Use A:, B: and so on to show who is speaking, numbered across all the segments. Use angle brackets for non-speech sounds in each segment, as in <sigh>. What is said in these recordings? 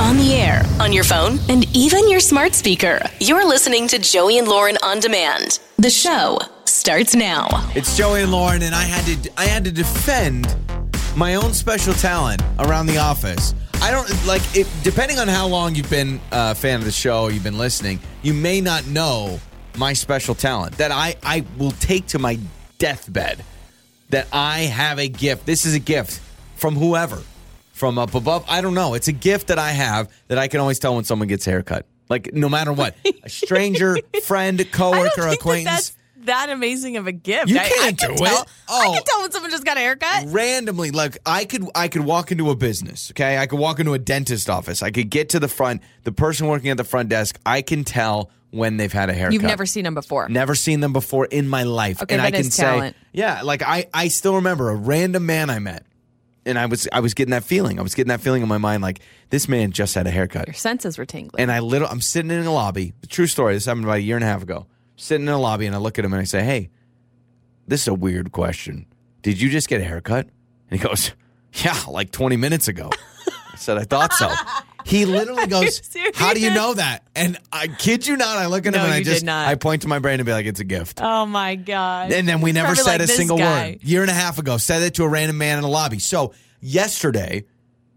A: On the air, on your phone, and even your smart speaker. You're listening to Joey and Lauren on demand. The show starts now.
B: It's Joey and Lauren, and I had to I had to defend my own special talent around the office. I don't like it. Depending on how long you've been a fan of the show, you've been listening, you may not know my special talent that I I will take to my deathbed. That I have a gift. This is a gift from whoever, from up above. I don't know. It's a gift that I have that I can always tell when someone gets a haircut. Like no matter what, a
C: <laughs>
B: stranger, friend,
C: I don't
B: coworker,
C: think that
B: acquaintance.
C: that's that amazing of a gift.
B: You
C: I- I,
B: can't
C: can
B: do it.
C: tell, I
B: Oh.
C: can tell when someone just got a haircut.
B: randomly like i could i could walk into a business okay i could walk into a dentist office i could get to the front the person working at the front desk i can tell when they've had a haircut
C: You've never seen him before.
B: never seen them before in my life
C: Okay,
B: and i
C: that
B: can
C: is
B: say
C: talent.
B: yeah like i i still remember a random man i met and i was i was getting that feeling i was getting that feeling in my mind like this man just had a haircut
C: Your senses were tingling.
B: and I little I'm sitting in a lobby. True story. This happened about a year and a half ago. Sitting in a lobby and I look at him and I say, "Hey, this is a weird question. Did you just get a haircut?" And he goes, "Yeah, like 20 minutes ago." I said, "I thought so."
C: <laughs>
B: He literally goes,
C: serious?
B: "How do you know that?" And I kid you not, I look at
C: No,
B: him and I
C: you
B: just
C: did not.
B: I point to my brain and be like, "It's a gift."
C: oh my god!
B: And then we never
C: Probably
B: said
C: like
B: a
C: this
B: single
C: guy.
B: word. Year and a half ago, said it to a random man in a lobby. So yesterday,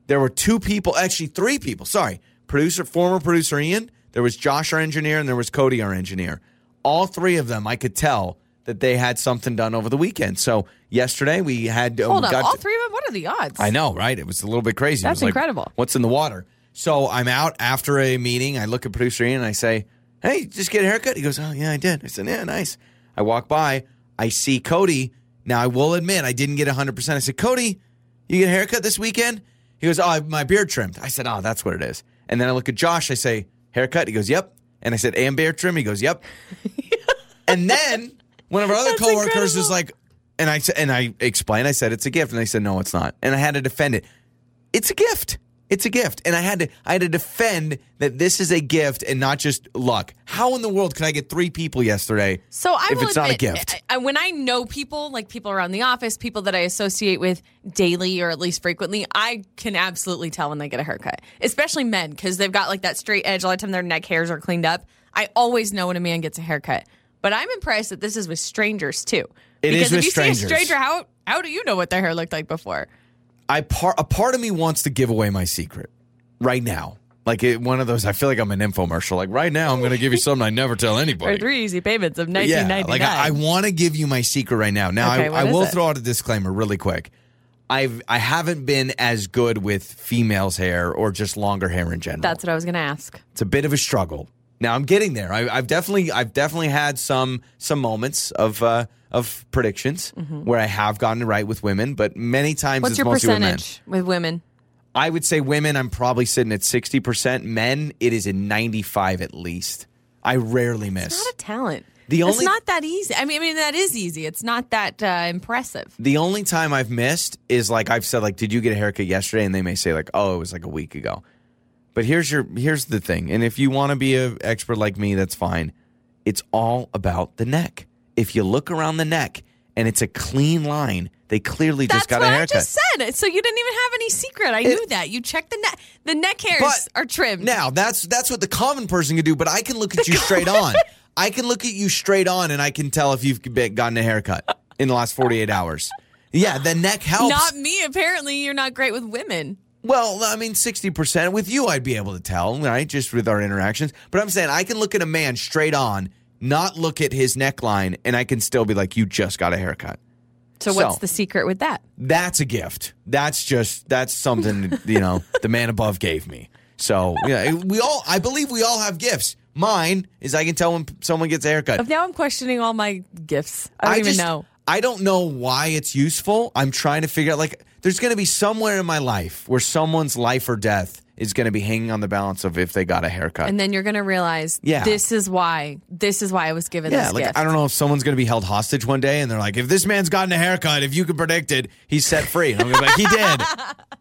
B: there were two people, actually three people. Sorry, producer, former producer Ian. There was Josh, our engineer, and there was Cody, our engineer. All three of them, I could tell that they had something done over the weekend. So yesterday, we had uh,
C: Hold
B: we
C: up,
B: got
C: all
B: to-
C: three of them. What are the odds?
B: I know, right? It was a little bit crazy. It
C: That's
B: was like,
C: incredible.
B: What's in the water? So I'm out after a meeting. I look at producer Ian and I say, "Hey, did you just get a haircut." He goes, "Oh yeah, I did." I said, "Yeah, nice." I walk by. I see Cody. Now I will admit I didn't get 100. percent I said, "Cody, you get a haircut this weekend?" He goes, "Oh, I- my beard trimmed." I said, "Oh, that's what it is." And then I look at Josh. I say, "Haircut?" He goes, "Yep." And I said, "And beard trim?" He goes, "Yep." And then one of our other
C: That's
B: coworkers is
C: incredible.
B: like, and I said, and I explained, I said it's a gift, and they said no, it's not, and I had to defend it. It's a gift. It's a gift, and I had to I had to defend that this is a gift and not just luck. How in the world could I get three people yesterday?
C: So I
B: if
C: will
B: it's
C: admit,
B: not a gift,
C: I, I- when I know people, like people around the office, people that I associate with daily or at least frequently, I can absolutely tell when they get a haircut, especially men because they've got like that straight edge. A lot of time their neck hairs are cleaned up. I always know when a man gets a haircut, but I'm impressed that this is with strangers too.
B: It is
C: because if
B: with
C: you see a
B: strangers.
C: stranger, how how do you know what their hair looked like before?
B: I part a part of me wants to give away my secret right now. Like it, one of those, I feel like I'm an infomercial. Like right now, I'm going to give you something I never tell anybody.
C: Or three easy payments of
B: Yeah,
C: 1999.
B: like I, I want to give you my secret right now. Now
C: Okay,
B: I, I
C: what is
B: will
C: it?
B: throw out a disclaimer really quick. I've I haven't been as good with females' hair or just longer hair in general.
C: That's what I was going to ask.
B: it's a bit of a struggle. Now I'm getting there. I, I've definitely I've definitely had some some moments of uh, of predictions where I have gotten it right with women, but many times
C: Mm-hmm. What's
B: it's
C: your
B: mostly with men.
C: percentage with women?
B: I would say women, I'm probably sitting at sixty percent. Men, it is a ninety five at least. I rarely miss.
C: It's not a talent.
B: The
C: it's
B: only-
C: not that easy. I mean, I mean that is easy. It's not that uh, impressive.
B: The only time I've missed is like I've said, like, did you get a haircut yesterday? And they may say, like, oh, it was like a week ago. But here's your here's the thing. And if you want to be an expert like me, that's fine. It's all about the neck. If you look around the neck and it's a clean line, they clearly
C: That's
B: just got
C: what
B: a
C: I
B: haircut.
C: just said. So you didn't even have any secret. I knew that. You checked the neck. The neck hairs are trimmed.
B: Now that's that's what the common person can do, but I can look
C: <laughs>
B: at you straight on. I can look at you straight on, and I can tell if you've been- gotten a haircut in the last forty eight hours. Yeah, the neck helps.
C: Not me. Apparently, you're not great with women.
B: Well, I mean, 60%. With you, I'd be able to tell, right? Just with our interactions. But I'm saying I can look at a man straight on, not look at his neckline, and I can still be like, you just got a haircut.
C: So what's
B: So-
C: the secret with that?
B: That's a gift. That's just, that's something, you know, the man above gave me. So, yeah, we all, I believe we all have gifts. Mine is I can tell when someone gets a haircut.
C: Now I'm questioning all my gifts. I don't even
B: just-
C: know.
B: I don't know why it's useful. I'm trying to figure out like there's going to be somewhere in my life where someone's life or death is going to be hanging on the balance of if they got a haircut.
C: And then you're going to realize
B: Yeah.
C: this is why this is why I was given
B: yeah,
C: this
B: like
C: gift.
B: I don't know if someone's going to be held hostage one day and they're like if this man's gotten a haircut, if you could predict it, he's set free. And I'm going to be like he
C: <laughs>
B: did.
C: <laughs>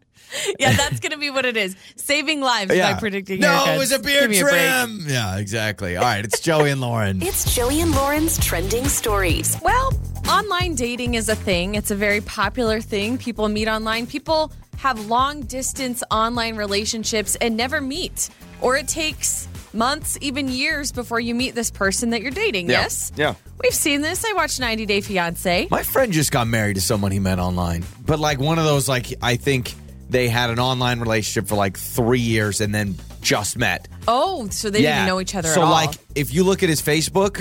C: yeah, that's going to be what it is. Saving lives by predicting
B: No,
C: haircuts.
B: it was a beard
C: Give me break.
B: trim. yeah, exactly. All right, it's Joey and
C: <laughs>
B: Lauren.
A: It's Joey and Lauren's trending stories.
C: Well, online dating is a thing. It's a very popular thing. People meet online. People have long distance online relationships and never meet, or it takes months, even years before you meet this person that you're dating.
B: Yeah.
C: Yes?
B: Yeah.
C: We've seen this. I watched 90 Day Fiancé.
B: My friend just got married to someone he met online, but like one of those, like I think they had an online relationship for like three years and then just met.
C: Oh, so they didn't know each other
B: So
C: at all. Mm-hmm.
B: like, if you look at his Facebook,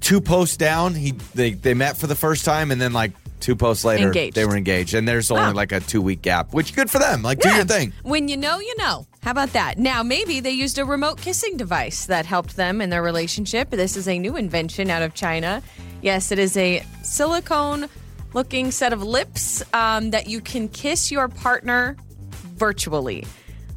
B: two posts down, he they they met for the first time, and then like two posts later,
C: Engaged.
B: they were engaged, and there's only like a two week gap, which good for them. Like, do your
C: Yeah.
B: thing.
C: When you know, you know. How about that? Now, maybe they used a remote kissing device that helped them in their relationship. This is a new invention out of China. Yes, it is a silicone looking set of lips um, that you can kiss your partner virtually.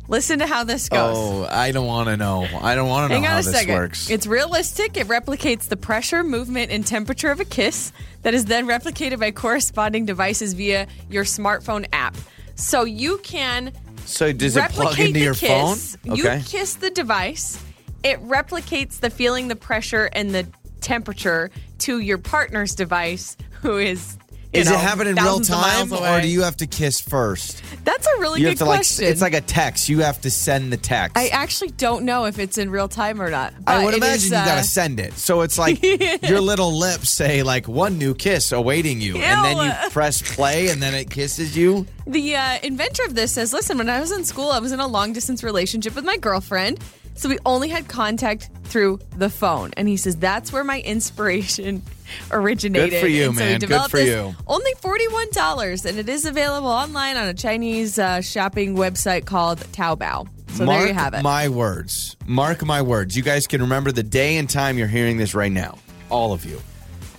C: Listen to how this goes.
B: Oh, I don't want to know. I don't want to know
C: Hang on
B: how
C: a
B: this
C: second.
B: works.
C: It's realistic. It replicates the pressure, movement, and temperature of a kiss that is then replicated by corresponding devices via your smartphone app. So you can
B: so does it
C: replicate
B: plug into
C: the
B: your
C: kiss.
B: phone?
C: You kiss the device. It replicates the feeling, the pressure, and the temperature to your partner's device, who is. You
B: Is
C: know,
B: it happen in real
C: thousands of
B: time,
C: miles away.
B: or do you have to kiss first?
C: That's a really
B: you have
C: good
B: to
C: question.
B: like. It's like a text. You have to send the text.
C: I actually don't know if it's in real time or not.
B: I
C: but
B: would
C: it
B: imagine
C: is,
B: you
C: uh,
B: gotta send it. So it's
C: <laughs>
B: like your little lips say like one new kiss awaiting you, and then you
C: Ew. <laughs>
B: press play, and then it kisses you.
C: The uh, inventor of this says, "Listen, when I was in school, I was in a long distance relationship with my girlfriend, so we only had contact through the phone." And he says that's where my inspiration <laughs> originated.
B: Good for you,
C: and so
B: man.
C: We
B: Good
C: developed
B: for
C: this
B: you.
C: Only forty one dollars, and it is available online on a Chinese uh, shopping website called Taobao. So
B: Mark
C: there you have it.
B: my words. Mark my words. You guys can remember the day and time you're hearing this right now, all of you,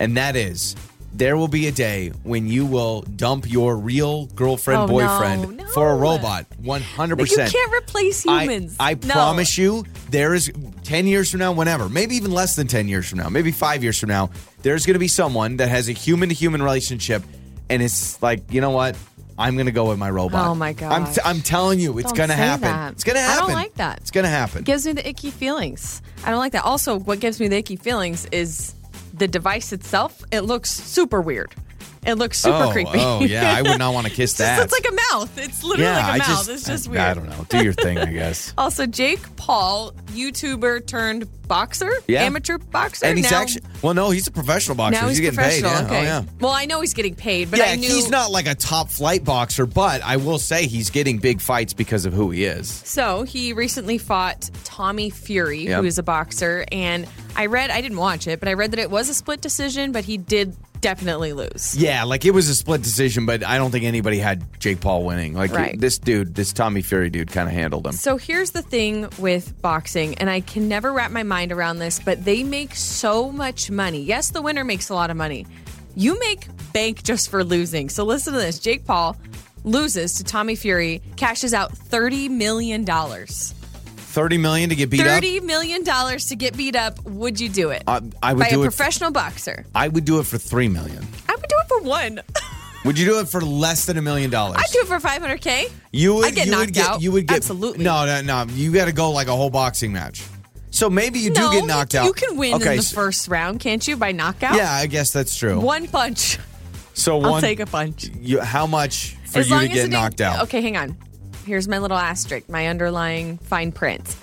B: and that is. There will be a day when you will dump your real girlfriend
C: Oh, no,
B: boyfriend
C: no.
B: for a robot. One hundred
C: Like, you
B: percent.
C: can't replace
B: I-
C: humans.
B: I,
C: No.
B: promise you, there is 10 years from now, whenever, maybe even less than 10 years from now, maybe five years from now, there's going to be someone that has a human to human relationship and it's like, you know what? I'm going to go with my robot.
C: Oh, my
B: I'm,
C: gosh.
B: t- I'm telling you, it's
C: Don't
B: going to
C: say
B: happen.
C: that.
B: It's going to
C: I don't
B: happen.
C: like that.
B: It's going to happen.
C: gives me the icky feelings. I don't like that. Also, what gives me the icky feelings is the device itself. It looks super weird. It looks super
B: oh,
C: creepy. <laughs>
B: oh, yeah. I would not want to kiss
C: It's
B: that.
C: just looks like a mouth. It's literally
B: yeah,
C: like a
B: I
C: mouth.
B: just,
C: it's just
B: I,
C: weird.
B: I don't know. Do your thing, I guess.
C: Also, Jake Paul, YouTuber turned boxer,
B: Yeah.
C: amateur <laughs> boxer.
B: And he's
C: now,
B: actually, well, no, he's a professional boxer.
C: now he's,
B: getting paid.
C: professional.
B: Yeah.
C: Okay.
B: Oh, yeah.
C: Well, I know he's getting paid, but
B: yeah,
C: I knew
B: he's not like a top flight boxer, but I will say he's getting big fights because of who he is.
C: So he recently fought Tommy Fury,
B: Yeah.
C: who is a boxer, and I read I didn't watch it, but I read that it was a split decision, but he did definitely lose.
B: Yeah, like it was a split decision, but I don't think anybody had Jake Paul winning. Like
C: Right.
B: this dude, this Tommy Fury dude, kind of handled him.
C: So here's the thing with boxing, and I can never wrap my mind around this, but they make so much money. Yes, the winner makes a lot of money. You make bank just for losing. So listen to this Jake Paul loses to Tommy Fury, cashes out $30 million. $30
B: Thirty million to get beat up.
C: million to get beat up. Would you do it?
B: I, I would
C: By a
B: do it.
C: professional boxer.
B: I would do it for three million.
C: I would do it for one. <laughs>
B: Would you do it for less than a million dollars?
C: I'd do it for 500K.
B: You would
C: I'd get
B: you
C: knocked
B: would get,
C: out.
B: You would get
C: Absolutely.
B: No, no, no. You got to go like a whole boxing match. So maybe you do
C: no,
B: get knocked
C: you,
B: out.
C: You can win
B: Okay,
C: in the
B: so-
C: first round, can't you? By knockout?
B: Yeah, I guess that's true.
C: One punch.
B: so
C: I'll
B: one,
C: take a punch.
B: You, how much for
C: as
B: you
C: long
B: to
C: as
B: get
C: it
B: knocked
C: didn't-
B: out?
C: Okay, hang on. Here's my little asterisk, my underlying fine print.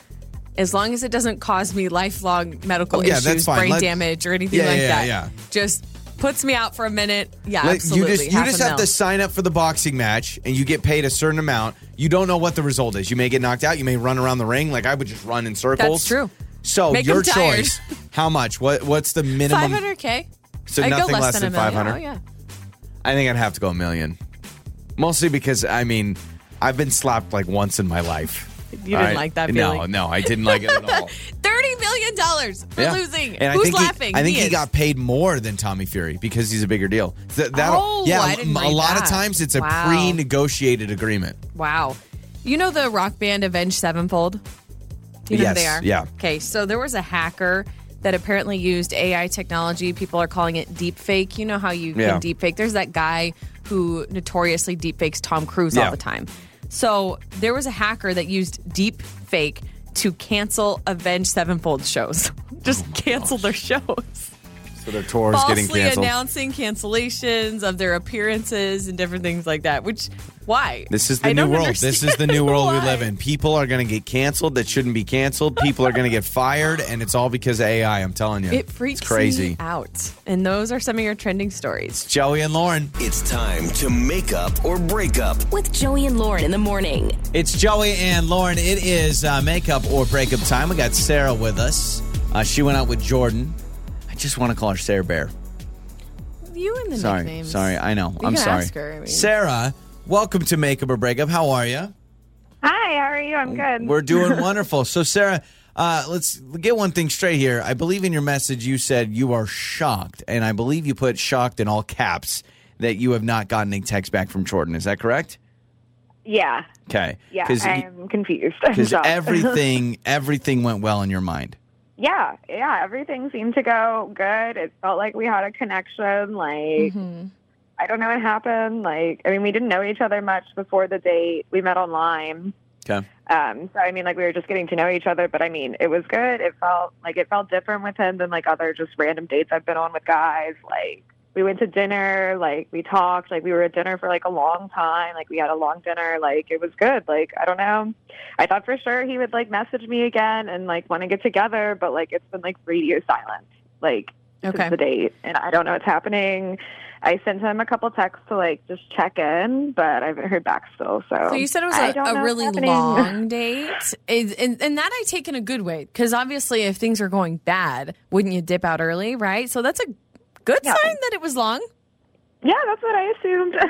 C: As long as it doesn't cause me lifelong medical
B: Oh, yeah,
C: issues,
B: that's fine.
C: brain
B: Let-
C: damage, or anything
B: Yeah,
C: like
B: yeah,
C: that.
B: yeah.
C: Just puts me out for a minute. Yeah,
B: Like,
C: absolutely.
B: You just, you
C: Half
B: just
C: a
B: have to
C: mil.
B: sign up for the boxing match and you get paid a certain amount. You don't know what the result is. You may get knocked out. You may run around the ring. Like I would just run in circles.
C: That's true.
B: So
C: Make 'em
B: your
C: tired.
B: choice. How much? What? What's the minimum?
C: 500K.
B: So
C: I'd go
B: nothing
C: less,
B: less
C: than,
B: than
C: a million.
B: 500?
C: Oh, yeah.
B: I think I'd have to go a million. Mostly because I mean, I've been slapped like once in my life. You
C: didn't like that
B: No,
C: feeling.
B: no, I didn't like it at
C: <laughs>
B: all.
C: Thirty million dollars for
B: Yeah.
C: losing.
B: And
C: Who's
B: I think
C: laughing?
B: He, I think he,
C: is.
B: got paid more than Tommy Fury because he's a bigger deal. Th- that'll-
C: Oh,
B: yeah,
C: I didn't
B: a
C: read
B: lot of
C: that.
B: times it's a
C: Wow.
B: pre-negotiated agreement.
C: Wow. You know the rock band Avenged Sevenfold? Do you know who they
B: Yes,
C: are?
B: yeah.
C: Okay, so there was a hacker that apparently used AI technology. People are calling it deep fake. You know how you
B: Yeah.
C: can deep fake. There's that guy who notoriously deep fakes Tom Cruise
B: Yeah.
C: all the time. So there was a hacker that used deep fake <laughs>
B: Oh
C: to cancel Avenged Sevenfold shows. Just cancel their shows.
B: So their tour is getting
C: falsely
B: canceled.
C: announcing cancellations of their appearances and different things like that. Which why?
B: This is the
C: I
B: new
C: don't
B: world. This is the new
C: understand
B: world we
C: why.
B: live in. People are going to get canceled that shouldn't be canceled. People are going to get fired, and it's all because of AI. I'm telling you,
C: It freaks
B: it's crazy.
C: me out. And those are some of your trending stories.
B: Joey and Lauren.
D: It's time to make up or break up.
A: With Joey and Lauren in the morning.
B: It's Joey and Lauren. It is uh, makeup or breakup time. We got Sarah with us. Uh, she went out with Jordan. I just want to call her Sarah Bear.
C: You and
B: <laughs>
C: the
B: Sorry,
C: nicknames.
B: sorry. I know.
C: You
B: I'm
C: can
B: sorry.
C: ask her, I mean.
B: Sarah, welcome to Makeup or Breakup. How are you?
E: Hi, how are you? I'm good.
B: We're <laughs> doing wonderful. So, Sarah, uh, let's get one thing straight here. I believe in your message you said you are shocked, and I believe you put shocked in all caps that you have not gotten a text back from Jordan. Is that correct?
E: yeah,
B: Okay.
E: yeah.
B: <laughs> Because
E: I'm confused. <laughs> I'm shocked. <laughs>
B: everything everything went well in your mind.
E: yeah, yeah. Everything seemed to go good. It felt like we had a connection. Like I don't know what happened. Like I mean, we didn't know each other much before the date. We met online.
B: Okay.
E: Um, so I mean, like we were just getting to know each other. But I mean, it was good. It felt like it felt different with him than like other just random dates I've been on with guys. Like we went to dinner. Like we talked. Like we were at dinner for like a long time. Like we had a long dinner. Like it was good. Like I don't know. I thought for sure he would like message me again and like want to get together. But like it's been like radio silence. Like
C: Okay.
E: since the date, and I don't know what's happening. I sent him a couple texts to like just check in, but I haven't heard back still. So,
C: So you said it was
E: I
C: a
E: don't know
C: a
E: what's
C: really
E: happening.
C: long date, Is- and, and that I take in a good way because obviously if things are going bad, wouldn't you dip out early, right? So that's a good
E: Yeah.
C: sign that it was long.
E: <laughs> Yeah, that's what I assumed. <laughs>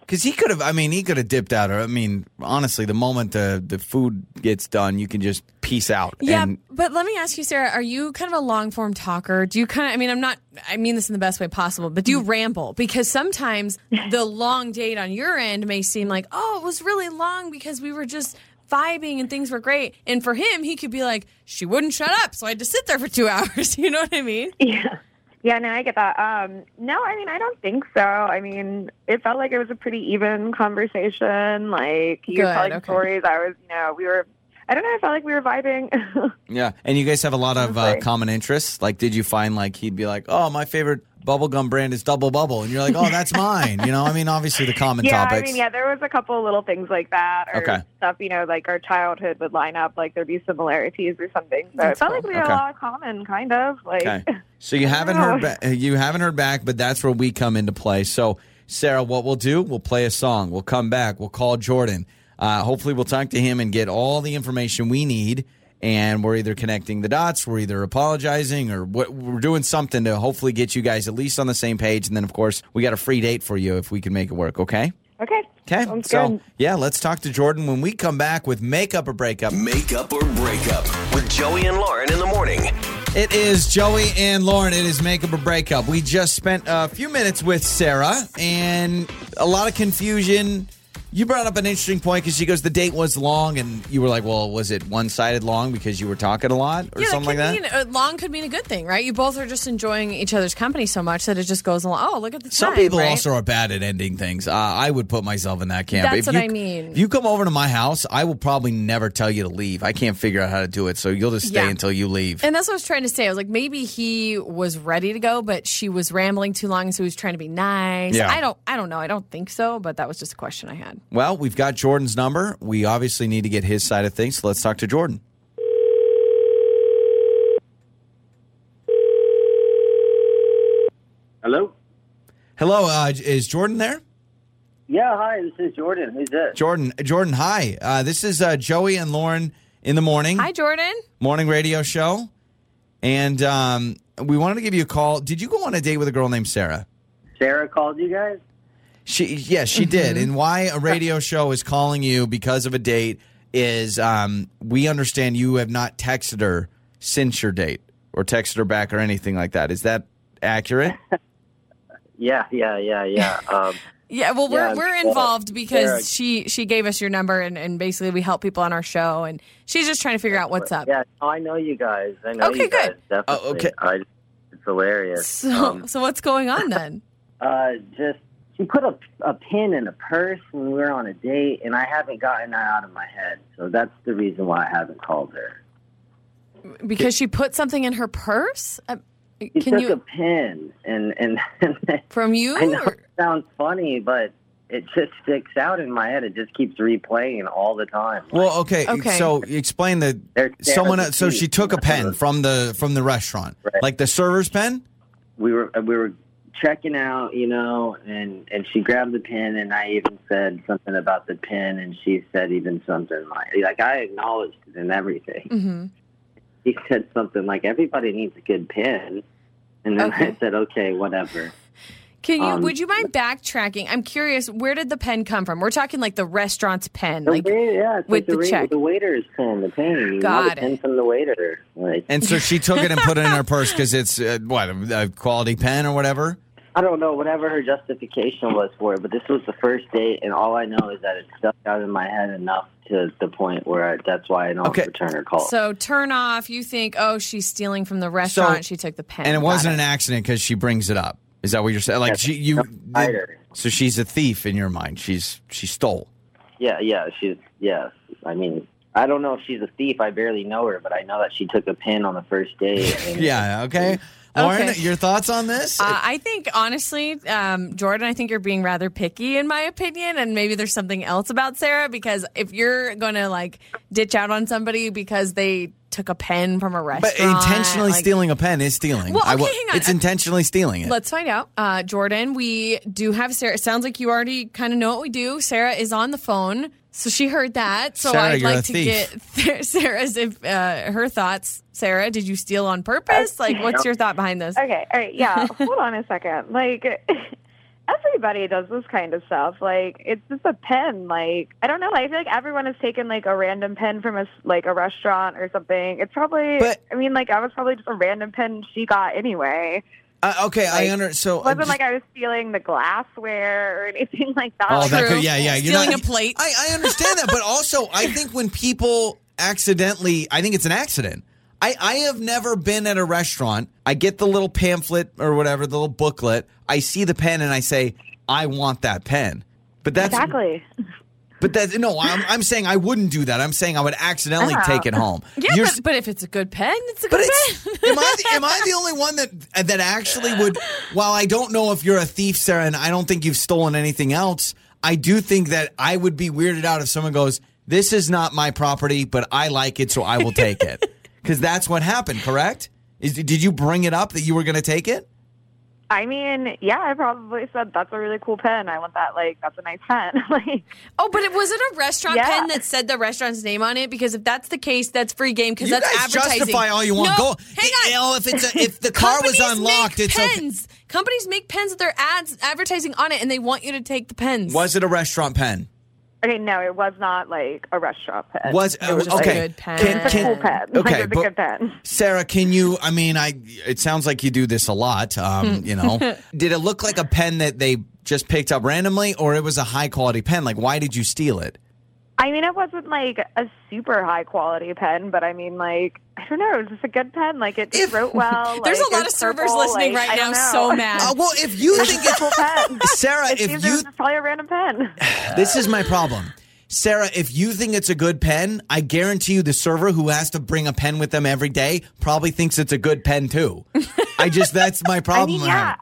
B: Because he could have, I mean, he could have dipped out. Or I mean, honestly, the moment the, the food gets done, you can just peace out.
C: Yeah,
B: And
C: but let me ask you, Sarah, are you kind of a long form talker? Do you kind of, I mean, I'm not, I mean this in the best way possible, but
B: Mm.
C: do you ramble? Because
B: <laughs>
C: sometimes the long date on your end may seem like, oh, it was really long because we were just vibing and things were great. And for him, he could be like, she wouldn't shut up. So I had to sit there for two <laughs> hours. You know what I mean?
E: Yeah. Yeah, no, I get that. Um, no, I mean, I don't think so. I mean, it felt like it was a pretty even conversation. Like, you
C: Good,
E: were telling
C: okay.
E: stories. I was, you know, we were, I don't know, I felt like we were vibing. <laughs>
B: yeah. And you guys have a lot of uh,
E: Honestly.
B: common interests. Like, did you find like he'd be like, oh, my favorite bubblegum brand is Double Bubble? And you're like, oh, that's mine. You know, I mean, obviously the common
E: yeah,
B: topics.
E: I mean, yeah, there was a couple little things like that or
B: Okay.
E: stuff, you know, like our childhood would line up, like there'd be similarities or something. So
C: That's
E: it felt
C: cool.
E: like we had
B: Okay.
E: a lot of common, kind of. Like,
B: Okay. <laughs> So you haven't
E: know.
B: heard ba- you haven't heard back, but that's where we come into play. So Sarah, what we'll do, we'll play a song. We'll come back. We'll call Jordan. Uh, hopefully, we'll talk to him and get all the information we need. And we're either connecting the dots, we're either apologizing, or what, we're doing something to hopefully get you guys at least on the same page. And then, of course, we got a free date for you if we can make it work. Okay.
E: <laughs> okay.
B: Okay.
E: Sounds
B: so
E: good.
B: yeah, let's talk to Jordan when we come back with makeup or breakup.
D: Make up or break up with Joey and Lauren in the morning.
B: It is Joey and Lauren. It is Makeup or Breakup. We just spent a few minutes with Sarah and a lot of confusion. You brought up an interesting point because she goes, the date was long, and you were like, well, was it one sided long because you were talking a lot or something like
C: could
B: that?
C: mean, uh, long could mean a good thing, right? You both are just enjoying each other's company so much that it just goes along. Oh, look at the time.
B: Some people
C: right?
B: also are bad at ending things. Uh, I would put myself in that camp.
C: That's
B: if
C: what
B: you,
C: I mean.
B: If you come over to my house, I will probably never tell you to leave. I can't figure out how to do it, so you'll just stay
C: Yeah.
B: until you leave.
C: And that's what I was trying to say. I was like, maybe he was ready to go, but she was rambling too long, so he was trying to be nice.
B: Yeah.
C: I don't, I don't know. I don't think so, but that was just a question I had.
B: well, we've got Jordan's number. We obviously need to get his side of things, so let's talk to Jordan.
F: Hello?
B: Hello, uh, is Jordan there?
F: Yeah, hi, this is Jordan. Who's this?
B: Jordan, Jordan, hi. Uh, this is uh, Joey and Lauren in the morning
C: Hi, Jordan.
B: morning radio show, and um, we wanted to give you a call. Did you go on a date with a girl named Sarah?
F: Sarah called you guys?
B: She, yes, she did. And why a radio show is calling you because of a date is um, we understand you have not texted her since your date or texted her back or anything like that. Is that accurate?
F: Yeah, yeah,
C: <laughs>
F: yeah, yeah. Um,
C: Yeah, well, we're
F: Yeah,
C: we're
F: Sarah.
C: involved because
F: Sarah.
C: she she gave us your number, and, and basically we help people on our show, and she's just trying to figure out what's up.
F: yeah, no, I know you guys. I know
C: Okay,
F: you guys.
C: good.
F: Definitely.
B: Oh, okay.
F: I, it's hilarious.
C: So,
F: Um,
C: so what's going on
F: <laughs>
C: then?
F: uh, just, she put a, a pin in a purse when we were on a date, and I haven't gotten that out of my head. So that's the reason why I haven't called her.
C: Because she put something in her purse. Uh,
F: He
C: Can
F: took a
C: you
F: pin, and and, and <laughs>
C: from
F: I
C: you?
F: know
C: or-
F: it sounds funny, but it just sticks out in my head. It just keeps replaying all the time.
B: Well, okay.
C: Okay.
B: So explain the
F: They're staring
B: someone.
F: at the
B: So
F: seat.
B: she took a pen from the from the restaurant,
F: Uh-huh. Right.
B: like the server's pen.
F: we were we were checking out, you know, and and she grabbed the pin, and I even said something about the pin, and she said even something like like I acknowledged it and everything.
C: Mhm.
F: She said something like everybody needs a good pin, and then
C: Okay.
F: I said okay, whatever.
C: Can you?
F: Um,
C: would you mind backtracking? I'm curious. Where did the pen come from? We're talking like the restaurant's pen.
F: The
C: Like
F: wait- yeah, it's
C: with
F: like the,
C: the check.
F: the waiter's pin, the pin, you know,
C: Got
F: the
C: it.
F: pin from the waiter, like.
B: And so she took it and put it in her purse because it's uh, what a, a quality pen or whatever.
F: I don't know whatever her justification was for it, but this was the first date, and all I know is that it stuck out in my head enough to the point where I, that's why I don't
B: Okay.
F: return her call.
C: so, turn off. You think, oh, she's stealing from the restaurant. she took the pen.
B: And it
C: Got
B: wasn't an accident because she brings it up. Is that what you're saying? Like
F: Yes.
B: she you.
F: Spider.
B: So she's a thief in your mind. She's she stole.
F: yeah, yeah, she's yeah. I mean, I don't know if she's a thief. I barely know her, but I know that she took a pin on the first date.
B: <laughs>
F: and-
B: Yeah. Okay. Lauren,
C: Okay.
B: your thoughts on this?
C: Uh, I think honestly, um, Jordan, I think you're being rather picky in my opinion, and maybe there's something else about Sarah because if you're going to like ditch out on somebody because they took a pen from a restaurant,
B: but intentionally
C: like-
B: stealing a pen is stealing.
C: Well,
B: I
C: okay,
B: will-
C: hang on.
B: It's intentionally stealing it.
C: Let's find out. Uh, Jordan, we do have Sarah. It sounds like you already kind of know what we do. Sarah is on the phone, so she heard that. So
B: Sarah,
C: I'd
B: you're a
C: like to
B: thief.
C: get <laughs> Sarah's if, uh, her thoughts. Sarah, did you steal on purpose? Like, what's your thought behind this?
E: Okay, all
B: <laughs>
E: right, yeah. Hold on a second. Like, <laughs> everybody does this kind of stuff. Like, it's just a pen. Like, I don't know. I feel like everyone has taken like a random pen from a s- like a restaurant or something. It's probably.
B: But-
E: I mean, like, I was probably just a random pen she got anyway.
B: Uh, okay, I under so uh,
E: It wasn't
B: just-
E: like I was stealing the glassware or <laughs> anything like that.
B: Oh, that
C: True.
B: could, yeah, yeah. You're
C: Stealing
B: not-
C: a plate.
B: I, I understand that, but also
C: <laughs>
B: I think when people accidentally, I think it's an accident. I, I have never been at a restaurant. I get the little pamphlet or whatever, the little booklet. I see the pen and I say, I want that pen. But that's
E: exactly.
B: but that no, I'm, I'm saying I wouldn't do that. I'm saying I would accidentally take it home.
C: Uh-huh. Yeah,
B: You're
C: but, but if it's a good pen, it's a
B: but
C: good
B: it's,
C: <laughs> pen.
B: am I the, am I the only one that that actually would? While I don't know if you're a thief, Sarah, and I don't think you've stolen anything else, I do think that I would be weirded out if someone goes, "This is not my property, but I like it, so I will take it,"
C: <laughs>
B: because that's what happened. Correct? Is, did you bring it up that you were going to take it?
E: I mean, yeah, I probably said that's a really cool pen. I want that. Like, that's a nice pen. <laughs> like,
C: Oh, but it was it a restaurant
E: Yeah.
C: pen that said the restaurant's name on it? Because if that's the case, that's free game because
B: you
C: that's
B: guys
C: advertising.
B: justify all you want. Go.
C: No, hang on.
B: You know, if it's a, if the car was
C: Companies
B: unlocked,
C: make
B: it's okay.
C: pens. Companies make pens with their ads advertising on it, and they want you to take the pens.
B: Was it a restaurant pen?
E: okay, no, it was not like a restaurant pen.
B: Was
C: It was just a
B: okay.
C: good pen.
B: Can-
E: It's a
B: can-
E: cool pen. like,
B: Okay,
E: it's
B: but-
E: a good pen.
B: Sarah, can you? I mean, I. It sounds like you do this a lot. Um, you know, did it look like a pen that they just picked up randomly, or it was a high quality pen? Like, why did you steal it?
E: I mean, it wasn't like a super high quality pen, but I mean, like I don't know, it was just a good pen. Like it just
B: If-
E: wrote well.
B: <laughs>
C: There's
E: like,
C: a lot
E: it
C: of
E: was
C: servers
E: purple,
C: listening
E: like,
C: right
E: I
C: now,
E: don't
C: so
E: know. <laughs>
C: mad.
B: Uh, well, if you think
E: It's a cool
B: it's
E: pen.
B: <laughs> Sarah,
E: It
B: if
E: seems it
B: you
E: was just probably a random
B: <laughs>
E: pen.
B: this is my problem. Sarah, if you think it's a good pen, I guarantee you the server who has to bring a pen with them every day probably thinks it's a good pen too. I just that's my
E: <laughs> I
B: problem.
E: mean, yeah.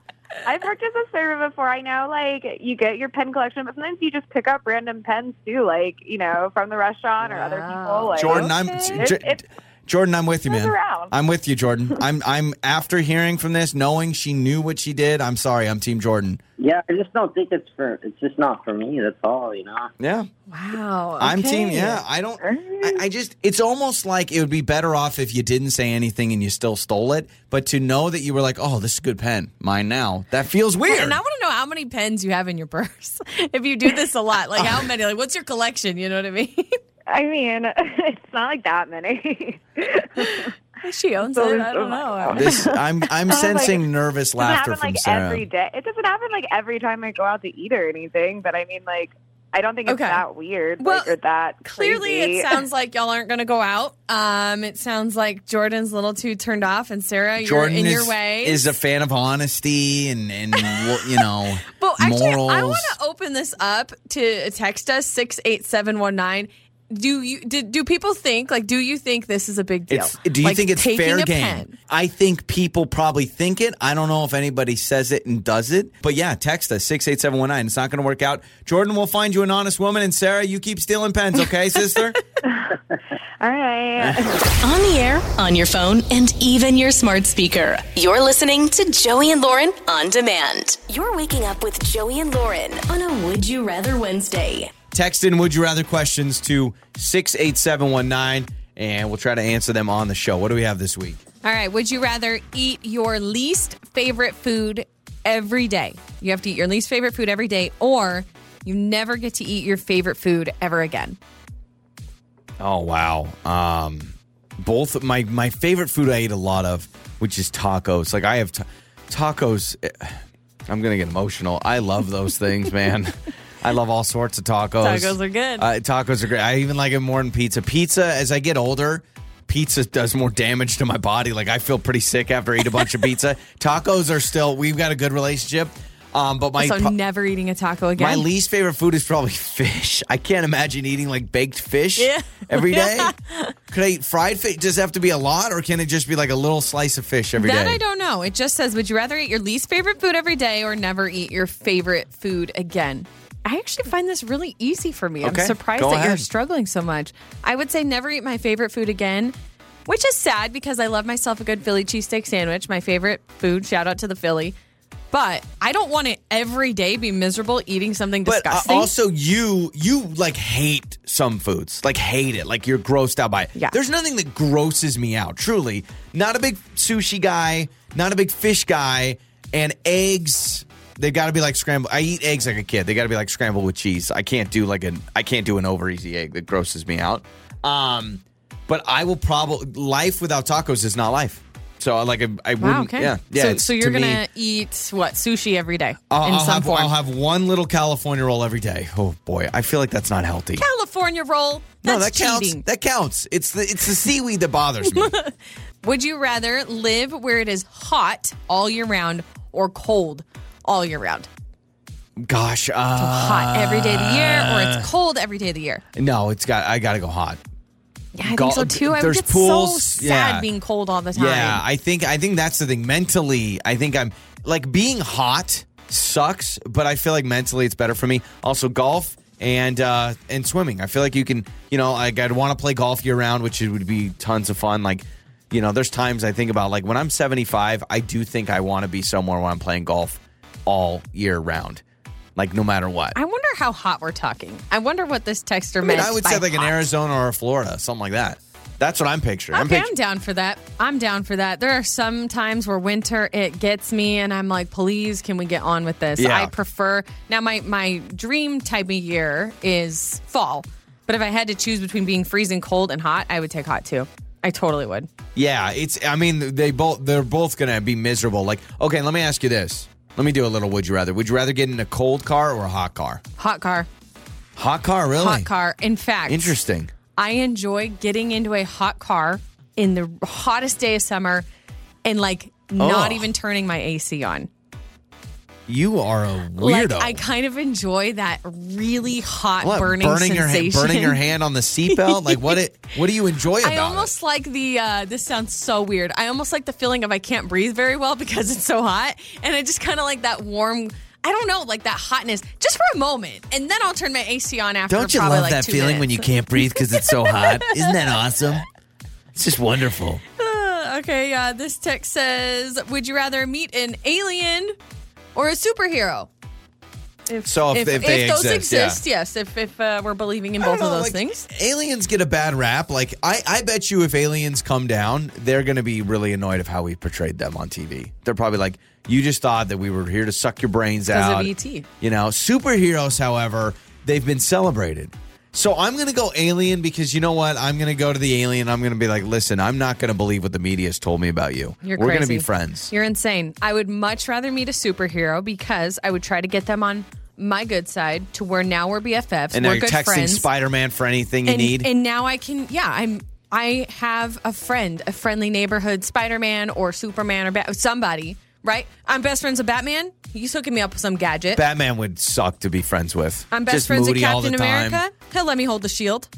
E: I've worked as a server before. I know, like, you get your pen collection, but sometimes you just pick up random pens too, like, you know, from the restaurant or other
C: Wow.
E: people. Like,
B: Jordan, I'm
E: Okay.
B: J-
E: It- it-
B: Jordan, I'm with you, man.
E: around.
B: I'm with you,
E: <laughs>
B: Jordan. I'm I'm after hearing from this, knowing she knew what she did. I'm sorry, I'm Team Jordan.
F: Yeah, I just don't think it's for. It's just not for me. That's all, you know.
B: Yeah,
C: wow.
B: I'm
C: okay.
B: Team. Yeah, I don't. I, I just. It's almost like it would be better off if you didn't say anything and you still stole it, but to know that you were like, oh, this is a good pen, mine now. That feels weird.
C: And I want to know how many pens you have in your purse. <laughs> if you do this a lot,
B: <laughs>
C: like how many? Like what's your collection? You know what I mean? <laughs>
E: I mean, <laughs> it's not like that many. <laughs>
C: she owns
E: So
C: it.
E: it's-
C: I don't know.
B: <laughs>
C: <laughs>
B: this I'm I'm sensing nervous
E: doesn't
B: laughter
E: happen
B: from
E: like
B: Sarah.
E: every day. It doesn't happen like every time I go out to eat or anything. But I mean, like, I don't think it's
C: Okay.
E: that weird
C: Well,
E: like, or that
C: Clearly,
E: crazy.
C: it sounds like y'all aren't going to go out. Um, it sounds like Jordan's a little too turned off, and Sarah,
B: Jordan
C: you're in
B: is,
C: your way.
B: is a fan of honesty and and you
C: <laughs>
B: know
C: But actually, I
B: morals.
C: want to open this up to text us 68719. do you do, do people think like do you think this is a big deal?
B: It's, do you
C: Like,
B: think it's
C: taking
B: fair
C: a
B: game?
C: pen-
B: I think people probably think it. I don't know if anybody says it and does it. But yeah, text us 68719. It's not going to work out. Jordan will find you an honest woman. And Sarah, you keep stealing pens,
C: <laughs>
B: okay, sister?
E: All right.
A: On the air, on your phone, and even your smart speaker. You're listening to Joey and Lauren on demand. You're waking up with Joey and Lauren on a Would You Rather Wednesday.
B: text in Would You Rather questions to 68719. And we'll try to answer them on the show. What do we have this week?
C: All right, would you rather eat your least favorite food every day? You have to eat your least favorite food every day or you never get to eat your favorite food ever again.
B: Oh wow. Um both my my favorite food I eat a lot of, which is tacos. Like I have ta- tacos eh, I'm going to get emotional. I love those things,
C: <laughs>
B: man. I love all sorts of tacos.
C: Tacos are good.
B: Uh, tacos are great. I even like it more than pizza. Pizza as I get older, pizza does more damage to my body. Like I feel pretty sick after I eat a bunch of
C: <laughs>
B: pizza. Tacos are still we've got a good relationship. Um but my
C: so
B: pro-
C: never eating a taco again.
B: my least favorite food is probably <laughs> fish. I can't imagine eating like baked fish
C: Yeah. <laughs>
B: every day. Could I eat fried fish? Does it have to be a lot, or can it just be like a little slice of fish every day?
C: that I don't know. It just says, would you rather eat your least favorite food every day or never eat your favorite food again? I actually find this really easy for me.
B: Okay,
C: I'm surprised
B: go
C: that you're
B: ahead.
C: struggling so much. I would say never eat my favorite food again, which is sad because I love myself a good Philly cheesesteak sandwich, my favorite food. Shout out to the Philly. But I don't want to every day be miserable eating something
B: But uh,
C: disgusting.
B: also, you you like hate some foods, like hate it, like you're grossed out by it.
C: Yeah.
B: There's nothing that grosses me out. Truly, not a big sushi guy, not a big fish guy, and eggs. They got to be like scrambled. I eat eggs like a kid. They got to be like scrambled with cheese. I can't do like an I can't do an over easy egg that grosses me out. Um, but I will probably life without tacos is not life. So I like I, I wouldn't.
C: wow, okay.
B: Yeah, yeah.
C: so,
B: it's-
C: so you're
B: to me-
C: going to eat what? Sushi every day
B: I'll,
C: in
B: I'll
C: some
B: have,
C: form.
B: I'll have one little California roll every day. Oh boy, I feel like that's not healthy.
C: California roll.
B: no, that
C: That's
B: counts.
C: cheating.
B: That counts. It's the it's the seaweed that bothers
C: <laughs>
B: me.
C: Would you rather live where it is hot all year round or cold all year round?
B: Gosh, uh,
C: Hot every day of the year or it's cold every day of the year?
B: no, it's got. I gotta go hot.
C: Yeah, I think
B: Gol-
C: so too. I would
B: there's
C: get so
B: pools,
C: sad
B: yeah.
C: being cold all the time.
B: Yeah, I think I think that's the thing. Mentally, I think I'm like being hot sucks, but I feel like mentally it's better for me. Also, golf and uh and swimming. I feel like you can, you know, like I'd want to play golf year round, which it would be tons of fun. Like, you know, there's times I think about like when I'm 75, I do think I want to be somewhere where I'm playing golf all year round, like no matter what.
C: I wonder how hot we're talking. I wonder what this texter
B: I mean,
C: meant.
B: I would
C: by
B: say like an
C: hot.
B: Arizona or a Florida, something like that. That's what I'm picturing. I'm
C: Okay,
B: picturing.
C: I'm down for that. I'm down for that. There are some times where winter it gets me, and I'm like, please, can we get on with this?
B: Yeah.
C: I prefer now. My my dream type of year is fall, but if I had to choose between being freezing cold and hot, I would take hot too. I totally would.
B: Yeah, it's. I mean, they both. They're both gonna be miserable. Like, okay, let me ask you this. Let me do a little. Would you rather? Would you rather get in a cold car or a hot car?
C: Hot car,
B: Hot car, really?
C: hot car. In fact,
B: Interesting.
C: I enjoy getting into a hot car in the hottest day of summer, and like not
B: Oh.
C: even turning my AC on.
B: You are a weirdo.
C: Like I kind of enjoy that really hot
B: what,
C: burning,
B: your hand,
C: sensation.
B: burning your hand on the seatbelt. Like what? It. What do you enjoy about
C: <laughs> I almost like the. Uh, this sounds so weird. I almost like the feeling of I can't breathe very well because it's so hot, and I just kind of like that warm. I don't know, like that hotness, just for a moment, and then I'll turn my AC on
B: it?
C: after.
B: Don't you
C: probably
B: love
C: like
B: that
C: two
B: feeling
C: minutes.
B: when you can't breathe because it's so
C: <laughs>
B: hot? Isn't that awesome? It's just wonderful.
C: Okay, <laughs> uh, this text says, "Would you rather meet an alien or a superhero?"
B: So if,
C: If,
B: if, they
C: those
B: exist,
C: exist,
B: yeah.
C: yes. If if uh, we're believing in
B: I
C: both
B: don't
C: of
B: know,
C: those
B: like,
C: things,
B: Aliens get a bad rap. Like I, I bet you if aliens come down, they're gonna be really annoyed of how we portrayed them on TV. They're probably like, You just thought that we were here to suck your brains
C: of E
B: out.
C: ET.
B: You know, superheroes, however, they've been celebrated. So I'm gonna go alien because you know what? I'm gonna go to the alien. I'm gonna be like, listen, I'm not gonna believe what the media's told me about you.
C: You're
B: we're gonna
C: crazy.
B: be friends.
C: You're insane. I would much rather meet a superhero because I would try to get them on my good side to where now we're BFFs.
B: and now
C: we're
B: you're
C: good
B: texting
C: friends.
B: Spider Man for anything you
C: and,
B: need.
C: and now I can, yeah, I'm. I have a friend, a friendly neighborhood Spider-Man or Superman or Bat- somebody, right? I'm best friends with Batman. He's hooking me up with some gadget.
B: Batman would suck to be friends with.
C: I'm best
B: Just
C: friends with
B: moody all
C: Captain
B: the time.
C: America. He'll let me hold the shield.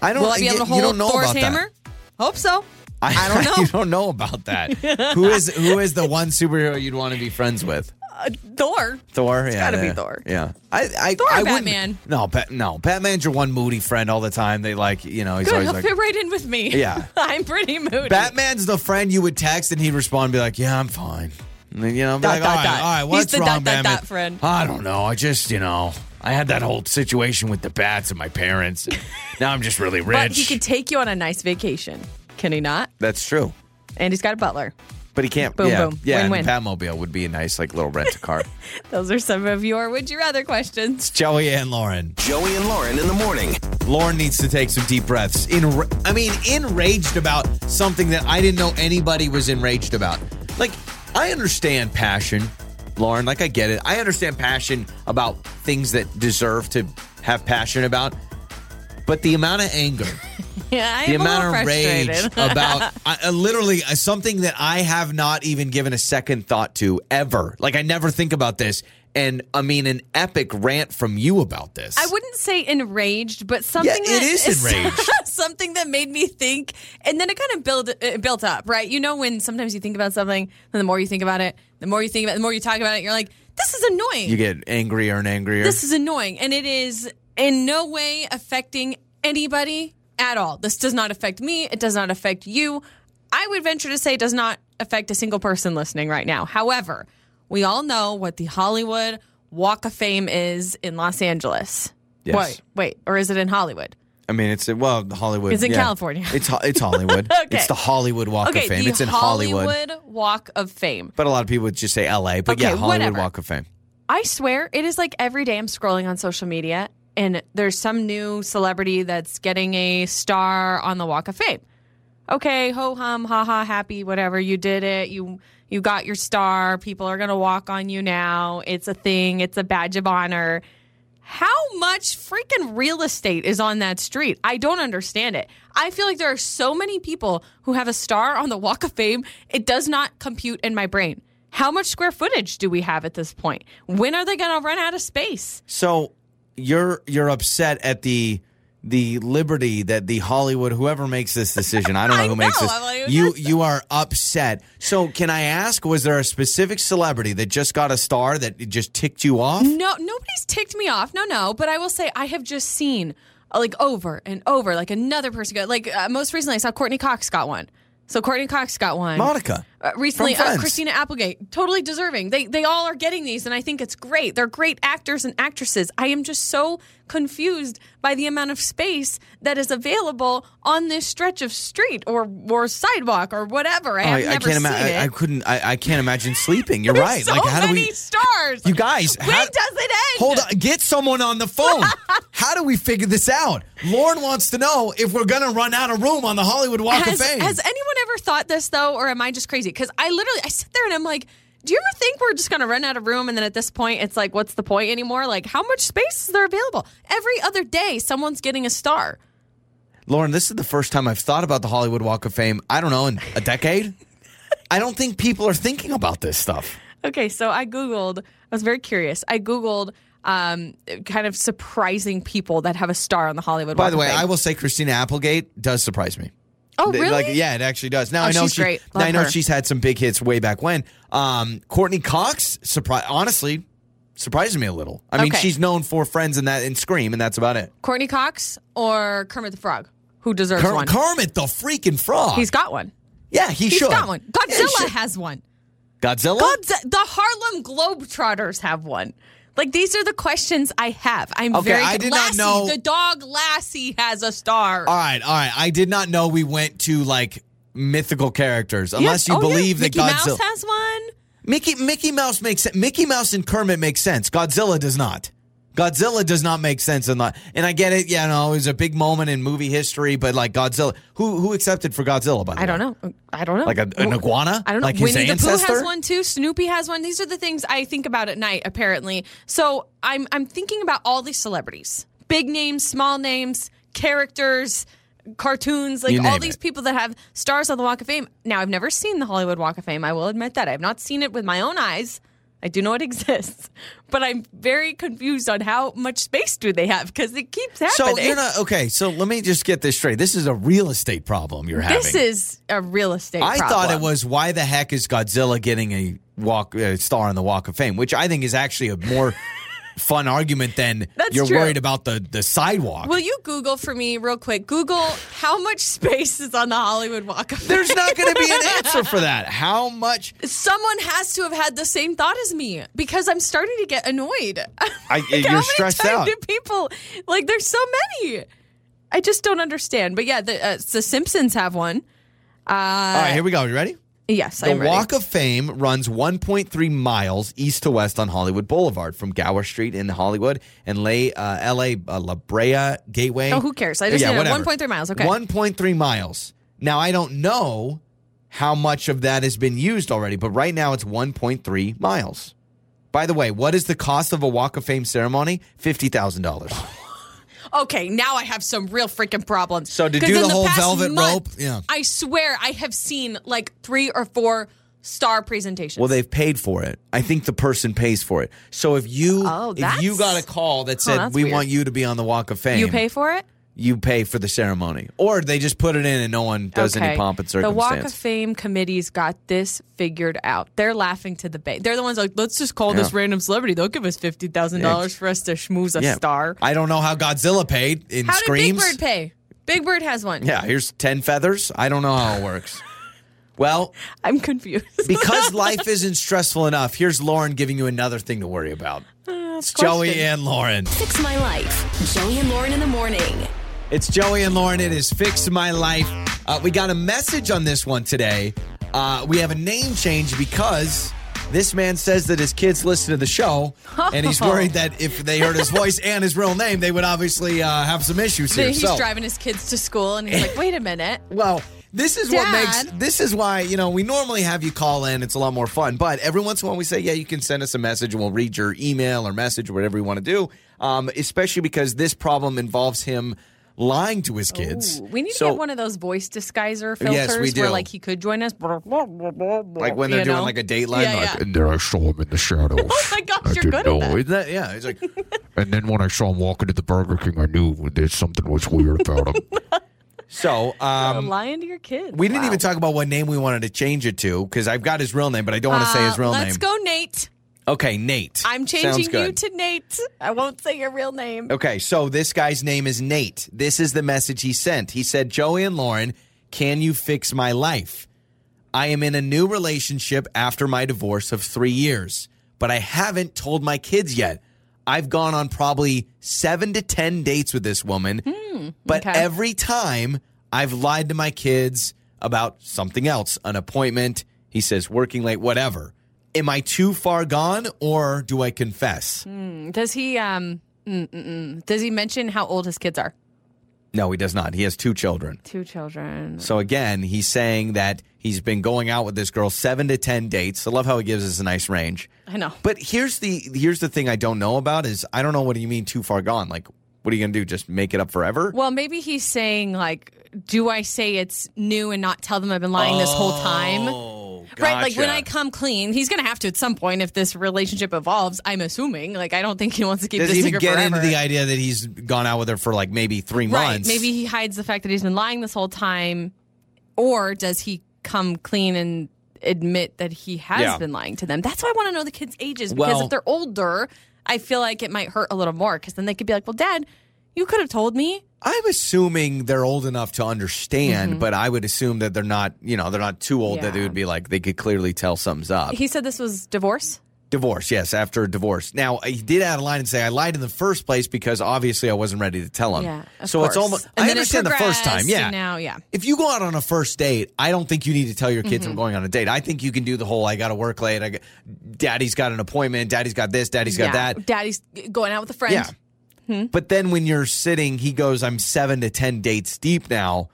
B: I don't.
C: Will I be
B: you,
C: able to
B: you don't
C: hold
B: know
C: Thor's
B: about that.
C: hammer? Hope so.
B: I,
C: I don't
B: <laughs>
C: know.
B: you don't know about
C: <laughs>
B: that. who is who is the one superhero you'd want to be friends with?
C: Thor.
B: Thor. yeah,
C: gotta be
B: yeah.
C: Thor.
B: Yeah, I. I
C: Thor or
B: I wouldn't-
C: Batman?
B: No, Bat, no. Batman's your one moody friend all the time. They like you know he's
C: Good.
B: always
C: He'll
B: like.
C: fit right in with me.
B: Yeah.
C: <laughs> I'm pretty moody.
B: Batman's the friend you would text and he'd respond and be like, "Yeah, I'm fine." And then, you know, be
C: Dot,
B: like,
C: dot,
B: all right,
C: dot.
B: all right,
C: He's
B: what's
C: the
B: wrong,
C: dot, dot,
B: Batman?"
C: dot friend.
B: I don't know. I just, you know, I had that whole situation with the bats and my parents.
C: <laughs>
B: And now I'm just really rich.
C: But he could take you on a nice vacation. Can he not?
B: That's true.
C: And he's got a butler.
B: But he can't.
C: Boom,
B: yeah,
C: boom.
B: yeah.
C: Win-win.
B: And the Batmobile would be a nice, like, little rent a
C: <laughs>
B: car.
C: Those are some of your would you rather questions. <laughs>
B: Joey and Lauren.
D: Joey and Lauren in the morning.
B: Lauren needs to take some deep breaths. In, I mean, enraged about something that I didn't know anybody was enraged about. Like, I understand passion, Lauren. Like, I get it. I understand passion about things that deserve to have passion about. But the amount of anger,
C: Yeah, I
B: the
C: am a little
B: amount of
C: frustrated. <laughs>
B: rage about I, uh, literally uh, something that I have not even given a second thought to ever. Like, I never think about this. And I mean, an epic rant from you about this.
C: I wouldn't say enraged, but something
B: it
C: that
B: is
C: <laughs>
B: enraged.
C: something that made me think, and then it kind of built it built up, right? You know, when sometimes you think about something, and the more you think about it, the more you think about, it, the more you talk about it, you're like, this is annoying.
B: You get angrier and angrier.
C: this is annoying, and it is in no way affecting anybody at all. This does not affect me. It does not affect you. I would venture to say it does not affect a single person listening right now. However, we all know what the Hollywood Walk of Fame is in Los Angeles.
B: Yes.
C: Wait, wait, or is it in Hollywood?
B: I mean, it's well, Hollywood.
C: It's in
B: yeah.
C: California.
B: It's Ho- it's Hollywood.
C: <laughs> Okay.
B: It's the Hollywood Walk
C: okay,
B: of Fame.
C: the
B: It's in Hollywood.
C: Hollywood, Walk of Fame.
B: But a lot of people would just say L.A. But
C: Okay,
B: yeah, Hollywood
C: whatever.
B: Walk of Fame.
C: I swear, it is like every day I'm scrolling on social media and there's some new celebrity that's getting a star on the Walk of Fame. Okay, ho hum, ha ha, happy, whatever. You did it. You you got your star. People are gonna walk on you now. It's a thing. It's a badge of honor. How much freaking real estate is on that street? I don't understand it. I feel like there are so many people who have a star on the Walk of Fame. It does not compute in my brain. How much square footage do we have at this point? When are they going to run out of space?
B: So you're you're upset at the the liberty that the Hollywood whoever makes this decision. I don't know
C: <laughs> I
B: who makes
C: know,
B: this.
C: I'm like, who
B: you
C: does
B: you are upset. So can I ask? Was there a specific celebrity that just got a star that just ticked you off?
C: No, nobody's ticked me off. No, no. But I will say, I have just seen uh, like over and over, like another person go. Like uh, most recently, I saw Courtney Cox got one. So Courtney Cox got one.
B: Monica.
C: Uh, recently,
B: From
C: uh,
B: Friends.
C: Christina Applegate, totally deserving. They they all are getting these, and I think it's great. They're great actors and actresses. I am just so confused by the amount of space that is available on this stretch of street or or sidewalk or whatever. I
B: Oh,
C: have never
B: can't
C: seen
B: ima-
C: it.
B: I, I couldn't. I, I can't
C: <laughs>
B: imagine sleeping. You're right.
C: So
B: like how do
C: many
B: we?
C: stars.
B: You guys,
C: when
B: how-
C: does it end?
B: Hold on. Get someone on the
C: <laughs>
B: phone. How do we figure this out? Lauren wants to know if we're going to run out of room on the Hollywood Walk
C: has,
B: of Fame.
C: has anyone ever thought this though, or am I just crazy? Because I literally I sit there and I'm like, do you ever think we're just gonna run out of room? And then at this point, it's like, what's the point anymore? Like, how much space is there available? Every other day, someone's getting a star.
B: Lauren, this is the first time I've thought about the Hollywood Walk of Fame, I don't know, in a decade. I don't think people are thinking about this stuff.
C: Okay, so I googled. I was very curious. I googled um, kind of surprising people that have a star on the Hollywood.
B: By
C: Walk
B: the
C: of
B: way,
C: Fame.
B: I will say Christina Applegate does surprise me.
C: oh
B: Th-
C: really?
B: Like, yeah, it actually does. Now
C: Oh,
B: I know
C: she's
B: she-
C: great.
B: now I
C: Love
B: know
C: her.
B: she's had some big hits way back when. Um, Courtney Cox, surprise, honestly, surprised me a little. I mean,
C: Okay.
B: she's known for Friends and that and Scream, and that's about it.
C: Courtney Cox or Kermit the Frog, who deserves
B: Ker-
C: one.
B: Kermit the freaking frog.
C: He's got one.
B: yeah, he
C: He's
B: should.
C: got one.
B: Yeah, he
C: Godzilla
B: should.
C: has one.
B: Godzilla.
C: God, the the Harlem Globetrotters have one. Like these are the questions I have. I'm
B: Okay,
C: very.
B: I did not
C: Lassie,
B: know-
C: the dog Lassie has a star.
B: all right, all right. I did not know we went to like mythical characters,
C: Yes.
B: unless you
C: Oh, yeah.
B: believe that
C: Mickey
B: Godzilla,
C: Mouse has one.
B: Mickey Mickey Mouse makes sense. Mickey Mouse and Kermit make sense. Godzilla does not. Godzilla does not make sense, and and I get it. Yeah, no, it was a big moment in movie history, but like Godzilla, who who accepted for Godzilla? By the
C: I
B: way?
C: don't know. I don't know.
B: Like a- an iguana?
C: I don't know.
B: Like his
C: Winnie the Pooh
B: ancestor?
C: has one too. Snoopy has one. These are the things I think about at night. Apparently, so I'm I'm thinking about all these celebrities, big names, small names, characters, cartoons, like
B: You
C: all
B: name
C: these
B: it.
C: people that have stars on the Walk of Fame. Now I've never seen the Hollywood Walk of Fame. I will admit that I have not seen it with my own eyes. I do know it <laughs> exists, but I'm very confused on how much space do they have because it keeps happening.
B: So you're not okay. So let me just get this straight. This is a real estate problem you're having.
C: this is a real estate.
B: I thought it
C: problem.
B: was why the heck is Godzilla getting a walk a star on the Walk of Fame, which I think is actually a
C: <laughs>
B: more fun argument than
C: That's
B: you're
C: true.
B: worried about the the sidewalk.
C: <laughs> Will you Google for me real quick? Google how much space is on the Hollywood Walk of Fame.
B: There's not going to be an answer for that. How much?
C: Someone has to have had the same thought as me because I'm starting to get annoyed. <laughs>
B: I,
C: How
B: you're
C: many
B: stressed
C: times
B: out.
C: do people like? There's so many. I just don't understand. But yeah, the, uh, the Simpsons have one. Uh,
B: All right, here we go. You ready?
C: yes,
B: The
C: I'm ready.
B: Walk of Fame runs 1.3 miles east to west on Hollywood Boulevard from Gower Street in Hollywood and Lay, uh, L.A. Uh, La Brea Gateway.
C: Oh, who cares? I just need to- 1.3 miles, okay.
B: 1.3 miles. Now I don't know how much of that has been used already, but right now it's 1.3 miles. By the way, what is the cost of a Walk of Fame ceremony? Fifty thousand
C: <laughs>
B: dollars.
C: Okay, now I have some real freaking problems.
B: So to
C: 'Cause
B: do
C: in
B: the whole
C: past
B: velvet
C: month,
B: rope, yeah.
C: I swear I have seen like three or four star presentations.
B: Well, they've paid for it. I think the person pays for it. So if you
C: Oh,
B: if you
C: that's-
B: got a call that
C: Huh,
B: said
C: that's
B: we
C: weird.
B: want you to be on the Walk of Fame,
C: you pay for it.
B: you pay for the ceremony, or they just put it in and no one does any pomp and
C: The
B: circumstance.
C: Walk of Fame committee's got this figured out. They're laughing to the bank. They're the ones like, let's just call this
B: Yeah.
C: random celebrity. They'll give us fifty thousand dollars for us to schmooze a
B: Yeah.
C: star.
B: I don't know how Godzilla paid in
C: How
B: screams.
C: did Big Bird pay? Big Bird has one.
B: Yeah, here's 10 feathers. I don't know how it
C: <laughs>
B: works. well,
C: I'm confused. <laughs>
B: because life isn't stressful enough, here's Lauren giving you another thing to worry about.
C: Uh,
B: it's Joey and Lauren.
A: Fix My Life. Joey and Lauren in the morning.
B: It's Joey and Lauren. It is Fix My Life. Uh, we got a message on this one today. Uh, we have a name change because this man says that his kids listen to the show, and
C: <laughs>
B: he's
C: Oh.
B: worried that if they heard his voice and his real name, they would obviously uh, have some issues here.
C: he's
B: So-
C: driving his kids to school, and he's like, wait a minute.
B: Well, this is what makes
C: Dad?
B: this is why, you know, we normally have you call in. It's a lot more fun. But every once in a while we say, yeah, you can send us a message and we'll read your email or message or whatever you want to do. Um, especially because this problem involves him lying to his kids.
C: Ooh, we need
B: So,
C: to get one of those voice disguiser filters
B: Yes, we do.
C: where like he could join us.
B: like when they're
C: you
B: doing
C: know?
B: like a dateline.
C: Yeah,
B: like,
C: yeah.
G: And there I saw him in the shadows.
C: <laughs> Oh my gosh,
G: I
C: you're
G: didn't
C: good at
G: know
C: that.
G: it.
B: Isn't that, yeah, it's like
G: And then when I saw him walking to the Burger King, I knew that something was weird
C: <laughs>
G: about him.
B: so. Um,
C: lying to your kids.
B: we didn't
C: Wow.
B: even talk about what name we wanted to change it to because I've got his real name, but I don't want to say his
C: Uh,
B: real
C: Let's
B: name.
C: go, Nate.
B: Okay, Nate.
C: I'm
B: Sounds
C: changing you
B: good.
C: to Nate. I won't say your real name.
B: Okay, so this guy's name is Nate. This is the message he sent. He said, Joey and Lauren, can you fix my life? I am in a new relationship after my divorce of three years, but I haven't told my kids yet. I've gone on probably seven to 10 dates with this woman, but
C: okay.
B: every time I've lied to my kids about something else, an appointment, he says, working late, whatever. Am I too far gone or do I confess?
C: Does he um mm, mm, mm. does he mention how old his kids are?
B: No, he does not. He has two children.
C: Two children.
B: So again, he's saying that he's been going out with this girl seven to ten dates. I love how he gives us a nice range.
C: I know.
B: But here's the here's the thing I don't know about is I don't know what do you mean too far gone. Like, what are you gonna do? Just make it up forever?
C: Well, maybe he's saying like, do I say it's new and not tell them I've been lying this whole time?
B: Oh,
C: Right, like when
B: gotcha.
C: I come clean, he's gonna have to at some point if this relationship evolves. I'm assuming. Like, I don't think he wants to keep
B: does
C: this
B: he even
C: secret
B: get
C: forever.
B: into the idea that he's gone out with her for like maybe three
C: right?
B: months?
C: Maybe he hides the fact that he's been lying this whole time, or does he come clean and admit that he has
B: Yeah.
C: been lying to them? That's why I want to know the kids' ages because
B: Well-
C: if they're older, I feel like it might hurt a little more because then they could be like, "Well, Dad, you could have told me."
B: I'm assuming they're old enough to understand, but I would assume that they're not. You know, they're not too old that they
C: Mm-hmm. Yeah.
B: would be like they could clearly tell something's up.
C: He said this was divorce.
B: Divorce, yes, after a divorce. Now he did add a line and say, "I lied in the first place because obviously I wasn't ready to tell him."
C: Yeah, of
B: so
C: course.
B: it's almost.
C: And
B: I
C: then it
B: understand the first time,
C: progressed,
B: yeah.
C: and now, yeah.
B: If you go out on a first date, I don't think you need to tell your kids I'm
C: Mm-hmm.
B: going on a date. I think you can do the whole "I got to work late," I got, "Daddy's got an appointment," "Daddy's got this," "Daddy's got
C: yeah, Hmm?
B: that."
C: Daddy's going out with a friend.
B: Yeah. But then when you're sitting, he goes, "I'm seven to ten dates deep now.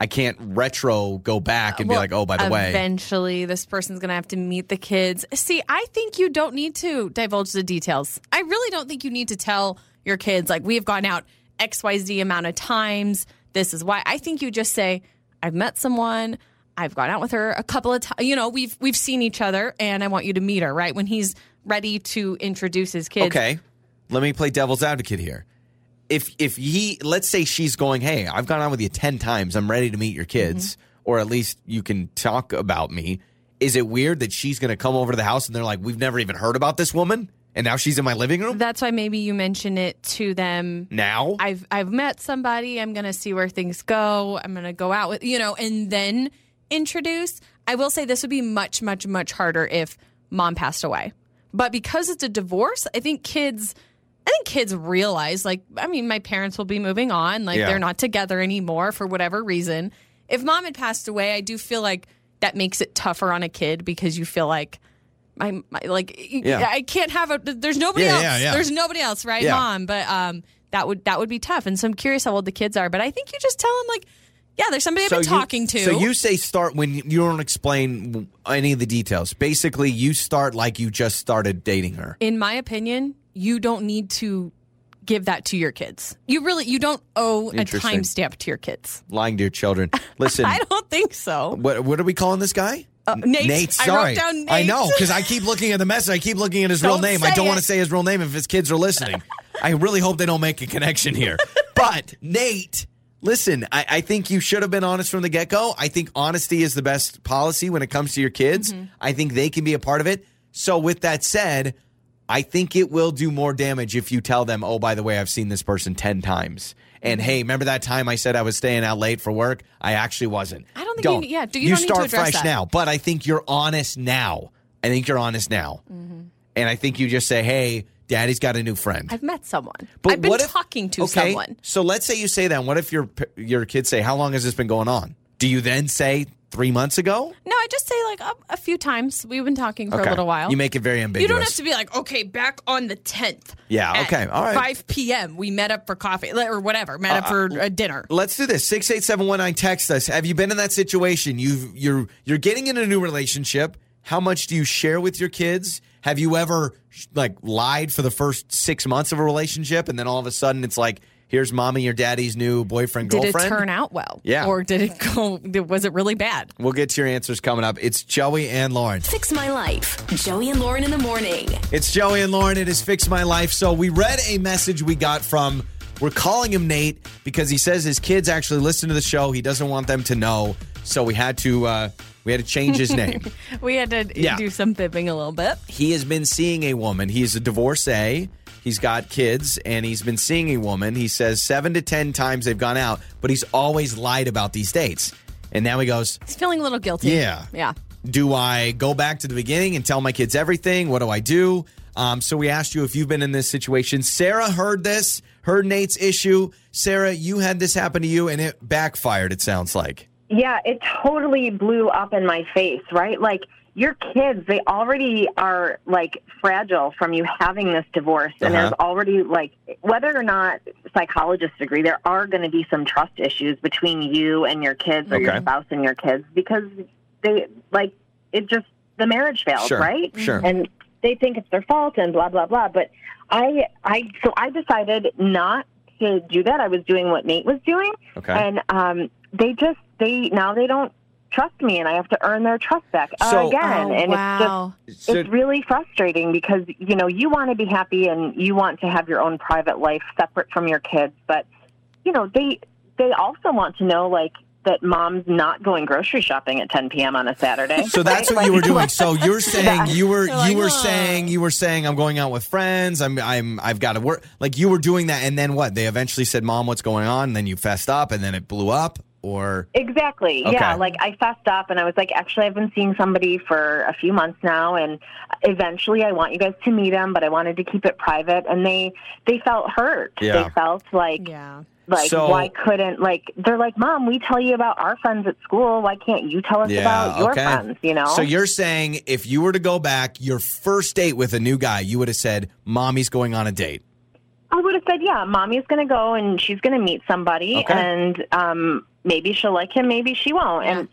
B: I can't retro go back and
C: Well,
B: be like, oh, by the way."
C: Eventually, this person's going to have to meet the kids. See, I think you don't need to divulge the details. I really don't think you need to tell your kids, like, we have gone out XYZ amount of times. This is why. I think you just say, I've met someone. I've gone out with her a couple of times. You know, we've we've seen each other, and I want you to meet her. Right when he's ready to introduce his kids.
B: Okay. Let me play devil's advocate here. If if he let's say she's going, "Hey, I've gone on with you 10 times. I'm ready to meet your
C: Mm-hmm.
B: kids or at least you can talk about me." Is it weird that she's going to come over to the house and they're like, "We've never even heard about this woman and now she's in my living room?"
C: That's why maybe you mention it to them.
B: now?
C: I've I've met somebody. I'm gonna see where things go. I'm gonna go out with you know, and then introduce. I will say this would be much much much harder if mom passed away, but because it's a divorce, I think kids. I think kids realize like I mean my parents will be moving on like
B: Yeah.
C: they're not together anymore for whatever reason. If mom had passed away, I do feel like that makes it tougher on a kid because you feel like I like
B: Yeah.
C: I can't have a there's nobody
B: Yeah,
C: else.
B: yeah, yeah.
C: There's nobody else, right?
B: Yeah.
C: mom. But um, that would that would be tough. And so I'm curious how old the kids are. But I think you just tell them like, yeah, there's somebody I've been talking to.
B: So you say start when you don't explain any of the details. Basically, you start like you just started dating her.
C: in my opinion, you don't need to give that to your kids. You really you don't owe a
B: Interesting.
C: timestamp to your kids.
B: Lying to your
C: <laughs>
B: children. Listen,
C: I don't think so.
B: what what are we calling this guy?
C: Uh, Nate, I wrote
B: sorry.
C: down Nate.
B: I know because I keep looking at the message. I keep looking at his real
C: Don't
B: name. I
C: say
B: don't
C: it.
B: want to say his real name if his kids are listening. I really hope they don't make a connection
C: <laughs>
B: here. But Nate, listen, I, I think you should have been honest from the get go. I think honesty is the best policy when it comes to your kids.
C: Mm-hmm.
B: I think they can be a part of it. So, with that said, I think it will do more damage if you tell them, oh, by the way, I've seen this person 10 times.
C: Mm-hmm.
B: And hey, remember that time I said I was staying out late for work? I actually wasn't.
C: I don't think you need- yeah, do- you don't need to
B: start
C: address
B: fresh
C: that.
B: now, but I think you're honest now. I think you're honest now,
C: Mm-hmm.
B: and I think you just say, "Hey, Daddy's got a new friend."
C: I've met someone.
B: but
C: I've been
B: what if-
C: talking to
B: okay,
C: someone.
B: So let's say you say that. and What if your p- your kids say, "How long has this been going on?" Do you then say three months ago?
C: No, I just say like a, a few times. We've been talking for
B: Okay.
C: a little while.
B: You make it very ambiguous.
C: You don't have to be like, okay, back on the tenth.
B: Yeah, okay, all right. Uh,
C: Five p.m. We met up for coffee like, or whatever. Met up for a dinner.
B: Let's do this. 68719 text us. Have you been in that situation? You've you're you're getting in a new relationship. How much do you share with your kids? Have you ever sh- like lied for the first 6 months of a relationship and then all of a sudden it's like here's mommy or daddy's new boyfriend
C: Did
B: girlfriend?
C: it turn out well?
B: Yeah.
C: Or did it go? Was it really bad?
B: We'll get to your answers coming up. It's Joey and Lauren.
A: Fix My Life. Joey and Lauren in the morning.
B: It's Joey and Lauren. It is Fix My Life. So we read a message we got from, we're calling him Nate because he says his kids actually listen to the show. He doesn't want them to know. So we had to, uh, we had to change his name.
C: We had to
B: Yeah.
C: do some fibbing a little bit.
B: he has been seeing a woman. He's a divorcee. He's got kids and he's been seeing a woman. He says seven to 10 times they've gone out, but he's always lied about these dates. And now he goes,
C: He's feeling a little guilty.
B: Yeah.
C: Yeah.
B: Do I go back to the beginning and tell my kids everything? What do I do? Um, so we asked you if you've been in this situation. Sarah heard this, heard Nate's issue. Sarah, you had this happen to you and it backfired, it sounds like.
E: <laughs> Yeah, it totally blew up in my face, right? Like your kids, they already are like fragile from you having this divorce and
B: Uh-huh.
E: there's already like whether or not psychologists agree, there are going to be some trust issues between you and your kids or
B: Okay.
E: your spouse and your kids because they like it just the marriage failed,
B: Sure,
E: right?
B: sure.
E: And they think it's their fault and blah blah blah, but I I so I decided not to do that. I was doing what Nate was doing.
B: Okay.
E: And um, they just they now they don't trust me, and I have to earn their trust back
B: So-
E: again.
C: Oh,
E: and
C: wow.
E: it's just it's really frustrating because you know you want to be happy and you want to have your own private life separate from your kids, but you know they they also want to know like that mom's not going grocery shopping at 10 p.m. on a Saturday.
B: So that's
E: right?
B: what you were
E: Like-
B: doing. So
E: <laughs>
B: you're saying you were
C: You're like,
B: you were
C: "Huh."
B: saying you were saying I'm going out with friends. I'm I'm I've got to work. Like you were doing that, and then what? They eventually said, "Mom, what's going on?" And then you fessed up, and then it blew up. Or
E: Exactly. Yeah.
B: Okay.
E: Like I fessed up and I was like, actually, I've been seeing somebody for a few months now, and eventually, I want you guys to meet him, but I wanted to keep it private. And they they felt hurt.
B: Yeah.
E: They felt like
C: Yeah.
E: like
B: So-
E: why couldn't like they're like, mom, we tell you about our friends at school. Why can't you tell us
B: Yeah,
E: about your
B: okay.
E: friends? You know.
B: so you're saying if you were to go back, your first date with a new guy, you would have said, "Mommy's going on a date."
E: I would have said, yeah, mommy's going to go and she's going to meet somebody,
B: Okay.
E: and um, maybe she'll like him, maybe she won't. And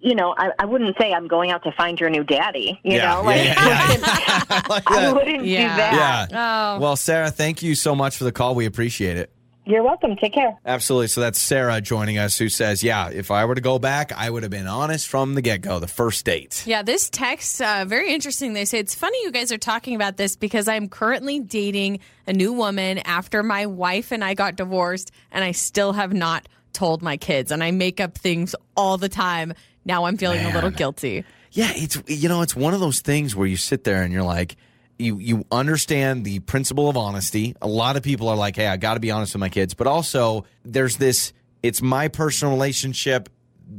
E: you know, I, I wouldn't say I'm going out to find your new daddy. You
B: yeah, yeah,
E: know,
B: yeah,
E: like
B: yeah.
E: <laughs>
B: I like
E: I
B: that.
E: wouldn't
C: Yeah.
E: do that.
B: Yeah.
C: Oh.
B: Well, Sarah, thank you so much for the call. We appreciate it.
H: You're welcome. Take care.
B: Absolutely. So that's Sarah joining us who says, Yeah, if I were to go back, I would have been honest from the get go, the first date.
C: Yeah, this text uh, very interesting. They say it's funny you guys are talking about this because I'm currently dating a new woman after my wife and I got divorced, and I still have not told my kids, and I make up things all the time. Now I'm feeling a little
B: Man.
C: guilty.
B: Yeah, it's you know, it's one of those things where you sit there and you're like, you you understand the principle of honesty. A lot of people are like, hey, I got to be honest with my kids, but also there's this. It's my personal relationship.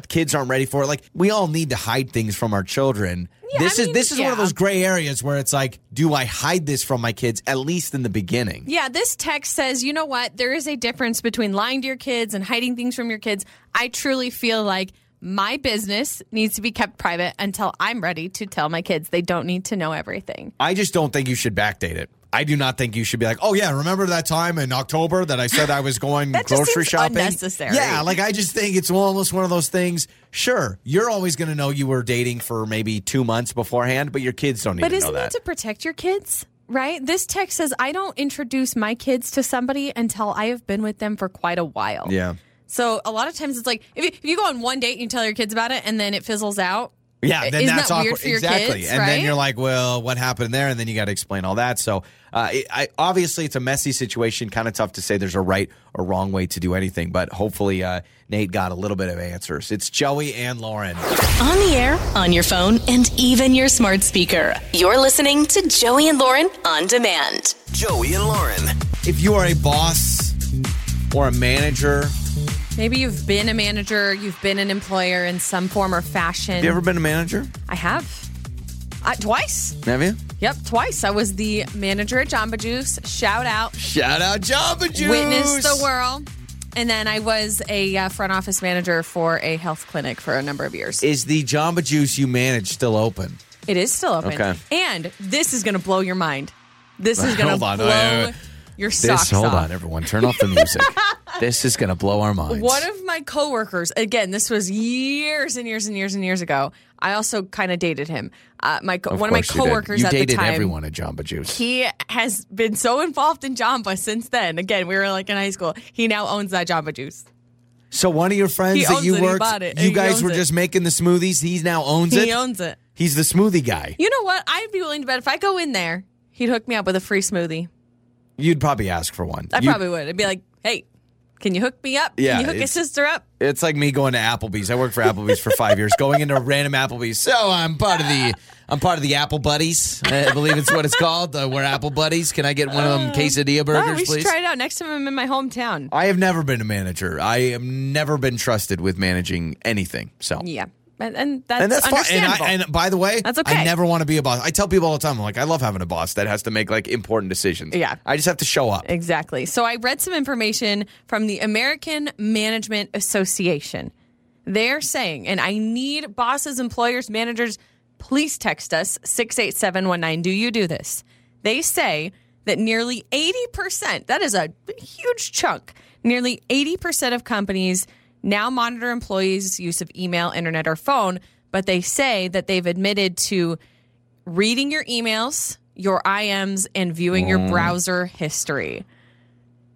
B: Kids aren't ready for it. Like we all need to hide things from our children. this
C: I
B: is
C: mean,
B: this is one of
C: yeah.
B: those gray areas where it's like, do I hide this from my kids at least in the beginning?
C: Yeah, this text says, you know what? There is a difference between lying to your kids and hiding things from your kids. I truly feel like my business needs to be kept private until I'm ready to tell my kids. They don't need to know everything.
B: I just don't think you should backdate it. I do not think you should be like, oh yeah, remember that time in October that I said I was going
C: <laughs> That just
B: grocery
C: seems
B: shopping?
C: unnecessary.
B: Yeah, like I just think it's almost one of those things. Sure, you're always going to know you were dating for maybe two months beforehand, but your kids don't need
C: But
B: to know
C: isn't that
B: that.
C: to protect your kids? Right? This text says, I don't introduce my kids to somebody until I have been with them for quite a while.
B: yeah,
C: So a lot of times it's like if you, if you go on one date and you tell your kids about it and then it fizzles out.
B: yeah. Then
C: Isn't
B: that's
C: that
B: awkward.
C: weird for your
B: exactly,
C: kids,
B: and then
C: right?
B: you're like, well, what happened there? And then you got to explain all that. So, uh, it, I, obviously, it's a messy situation. Kind of tough to say there's a right or wrong way to do anything, but hopefully, uh, Nate got a little bit of answers. It's Joey and Lauren.
A: On the air, on your phone, and even your smart speaker. You're listening to Joey and Lauren on demand.
D: Joey and Lauren.
B: if you are a boss or a manager, have
C: Maybe you've been a manager, you've been an employer in some form or fashion.
B: you ever been a manager?
C: I have. I, twice.
B: Have you?
C: Yep, twice. I was the manager at Jamba Juice. Shout out.
B: Shout out Jamba Juice.
C: Witness the world. And then I was a uh, front office manager for a health clinic for a number of years.
B: Is the Jamba Juice you manage still open?
C: it is still open.
B: Okay.
C: And this is going to blow your mind. This
B: <laughs>
C: is going to
B: Hold on,
C: blow
B: wait, wait.
C: your socks
B: hold
C: off.
B: on, everyone, turn off the
C: <laughs>
B: music. this is gonna blow our minds.
C: One of my coworkers, again, this was years and years and years and years ago. I also kind of dated him. Uh, my co- one of my
B: course you did.
C: coworkers
B: You
C: at
B: dated
C: the time.
B: everyone at Jamba Juice.
C: He has been so involved in Jamba since then. Again, we were like in high school. He now owns that Jamba juice.
B: so one of your friends
C: He
B: that
C: owns
B: you
C: it, he
B: worked,
C: bought it,
B: you
C: he
B: guys
C: owns
B: were
C: it.
B: just making the smoothies. He now owns
C: He
B: it.
C: owns it.
B: He's the smoothie guy.
C: You know what? I'd be willing to bet if I go in there, he'd hook me up with a free smoothie.
B: You'd probably ask for one.
C: I
B: You-
C: probably would. I'd be like, hey, can you hook me up?
B: Yeah,
C: can you hook a
B: it's-
C: sister up?
B: It's like me going to Applebee's. I worked for Applebee's for five years, going into a random Applebee's. So I'm part of the I'm part of the Apple Buddies. I believe it's what it's called. Uh, we're Apple Buddies. Can I get one of them quesadilla
C: Oh,
B: burgers,
C: we should
B: please?
C: try it out next time I'm in my hometown.
B: I have never been a manager. I have never been trusted with managing anything. So
C: Yeah. And, and that's,
B: and that's fine. And,
C: understandable.
B: I, and by the way,
C: That's
B: I
C: okay.
B: never want to be a boss. I tell people all the time, I'm like, I love having a boss that has to make like important decisions.
C: Yeah.
B: I just have to show up.
C: Exactly. So I read some information from the American Management Association. They're saying, and I need bosses, employers, managers, please text us 68719. Do you do this? They say that nearly 80%, that is a huge chunk, nearly 80% of companies now monitor employees' use of email, internet, or phone, but they say that they've admitted to reading your emails, your IMs, and viewing
B: Mm.
C: your browser history.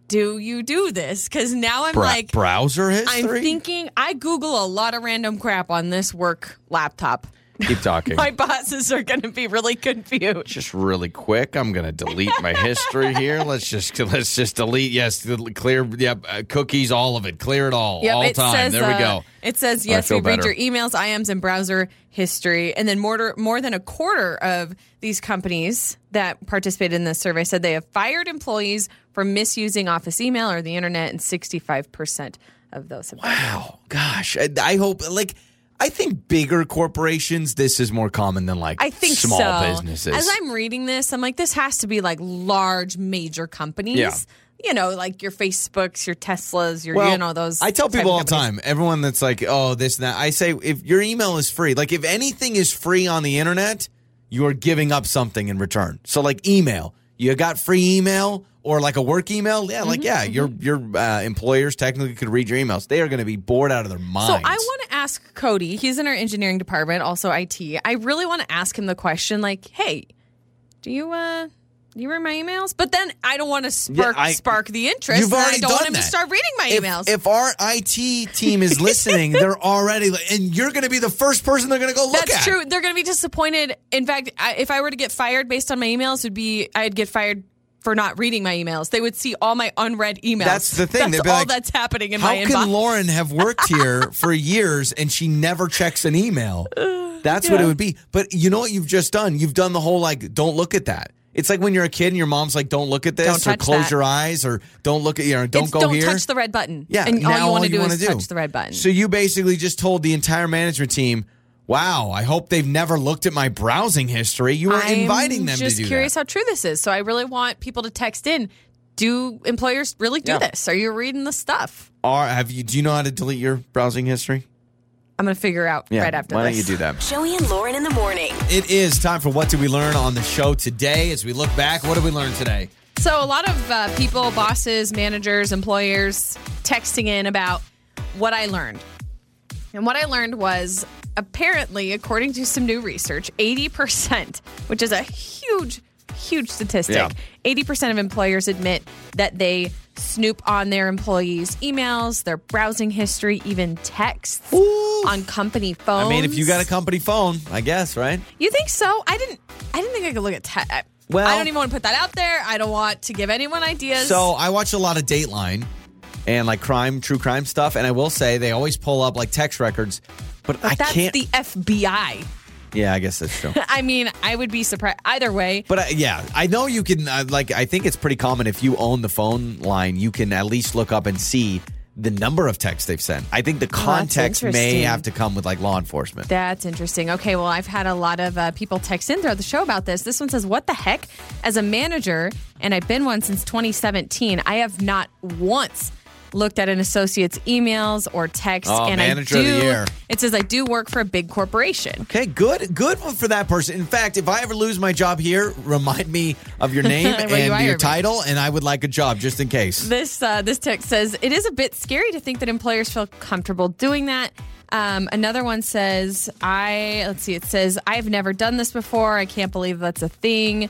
C: Do you do this? Because now I'm
B: Bra-
C: like,
B: browser
C: I'm
B: history.
C: thinking, I Google a lot of random crap on this work laptop.
B: Keep
C: <laughs>
B: talking.
C: My bosses are going to be really confused.
B: just really quick i'm gonna delete my history
C: <laughs>
B: here let's just let's just delete yes the- clear yep uh, cookies all of it clear it all all time there we
C: uh,
B: go
C: It says yes.
B: feel
C: We read
B: better.
C: your emails, IMs, and browser history, and then more to- more than a quarter of these companies that participated in this survey said they have fired employees for misusing office email or the internet, and sixty five percent of those have. done.
B: wow gosh I, I hope like i think bigger corporations this is more common than like
C: I think
B: small
C: so.
B: businesses
C: As I'm reading this, I'm like, this has to be like large, major companies.
B: Yeah.
C: You know, like your Facebooks, your Teslas, your you know those.
B: I tell
C: type
B: people
C: of
B: all the
C: companies.
B: time, everyone that's like, oh, this and that. I say, if your email is free, like if anything is free on the internet, you are giving up something in return. So, like email, you got free email or like a work email. Yeah,
C: Mm-hmm,
B: like yeah, your your uh, employers technically could read your emails. They are going to be bored out of their minds.
C: So I want to ask Cody. He's in our engineering department, also IT. I really want to ask him the question, like, "Hey, do you uh, You read my emails, but then I don't want to spark
B: I-
C: spark the interest.
B: You've
C: and
B: already
C: I don't want
B: done
C: him to
B: that.
C: start reading my
B: if,
C: emails.
B: If our IT team is listening,
C: <laughs>
B: they're already, li- and you're going to be the first person they're going to go look
C: That's
B: at.
C: true. They're going to be disappointed. In fact, I, if I were to get fired based on my emails, would be I'd get fired for not reading my emails. They would see all my unread emails.
B: That's the thing. They'd
C: That's
B: be
C: all
B: like,
C: that's happening in
B: How
C: my
B: can
C: inbox.
B: Lauren have worked
C: <laughs>
B: here for years and she never checks an email? That's what it would be. But you know what you've just done? You've done the whole like, don't look at that. It's like when you're a kid and your mom's like, don't look at this
C: Don't
B: or
C: touch
B: close
C: that.
B: your eyes or don't look at, you know, don't
C: It's
B: go
C: don't
B: here.
C: touch the red button.
B: Yeah,
C: and all
B: now
C: you want
B: all
C: to
B: you
C: do
B: wanna
C: is
B: do.
C: touch the red button.
B: So you basically just told the entire management team, "Wow, I hope they've never looked at my browsing history." You were inviting them
C: I'm
B: to
C: just
B: do
C: curious
B: that.
C: how true this is. So I really want people to text in. Do employers really do
B: Yeah.
C: this? Are you reading the stuff?
B: Or have you? Do you know how to delete your browsing history?
C: I'm going to figure out
B: Yeah.
C: right after
B: why don't
C: this.
B: you do that?
A: Joey and Lauren in the morning.
B: It is time for what did we learn on the show today? As we look back, what did we learn today?
C: So a lot of uh, people, bosses, managers, employers, texting in about what I learned. And what I learned was apparently, according to some new research, 80%, which is a huge, huge statistic,
B: Yeah.
C: 80% of employers admit that they snoop on their employees' emails, their browsing history, even texts on company phones.
B: I mean, if you got a company phone, I guess, right?
C: You think so? I didn't. I didn't think I could look at. Te- I-
B: Well-
C: I don't even want to put that out there. I don't want to give anyone ideas.
B: So I watch a lot of Dateline and like crime, true crime stuff, and I will say they always pull up like text records, but, I
C: That's
B: can't.
C: the FBI.
B: yeah, I guess
C: <laughs>
B: that's true.
C: I mean, I would be surprised either way.
B: But uh, yeah, I know you can. Uh, like, I think it's pretty common if you own the phone line, you can at least look up and see the number of texts they've sent. I think the context may
C: Oh, interesting.
B: have to come with like law enforcement.
C: That's interesting. Okay, well, I've had a lot of uh, people text in throughout the show about this. This one says, "What the heck? As a manager, and I've been one since 2017, I have not once." Looked at an associate's emails or text,
B: Oh,
C: and
B: manager
C: I
B: of the
C: do.
B: year.
C: It says I do work for a big corporation.
B: Okay, good, good one for that person. In fact, if I ever lose my job here, remind me of
C: <laughs>
B: your name
C: Well,
B: and
C: you
B: your
C: hire me.
B: title, and I would like a job just in case.
C: This uh, this text says it is a bit scary to think that employers feel comfortable doing that. Um, another one says, "I let's see." It says, "I've never done this before. I can't believe that's a thing."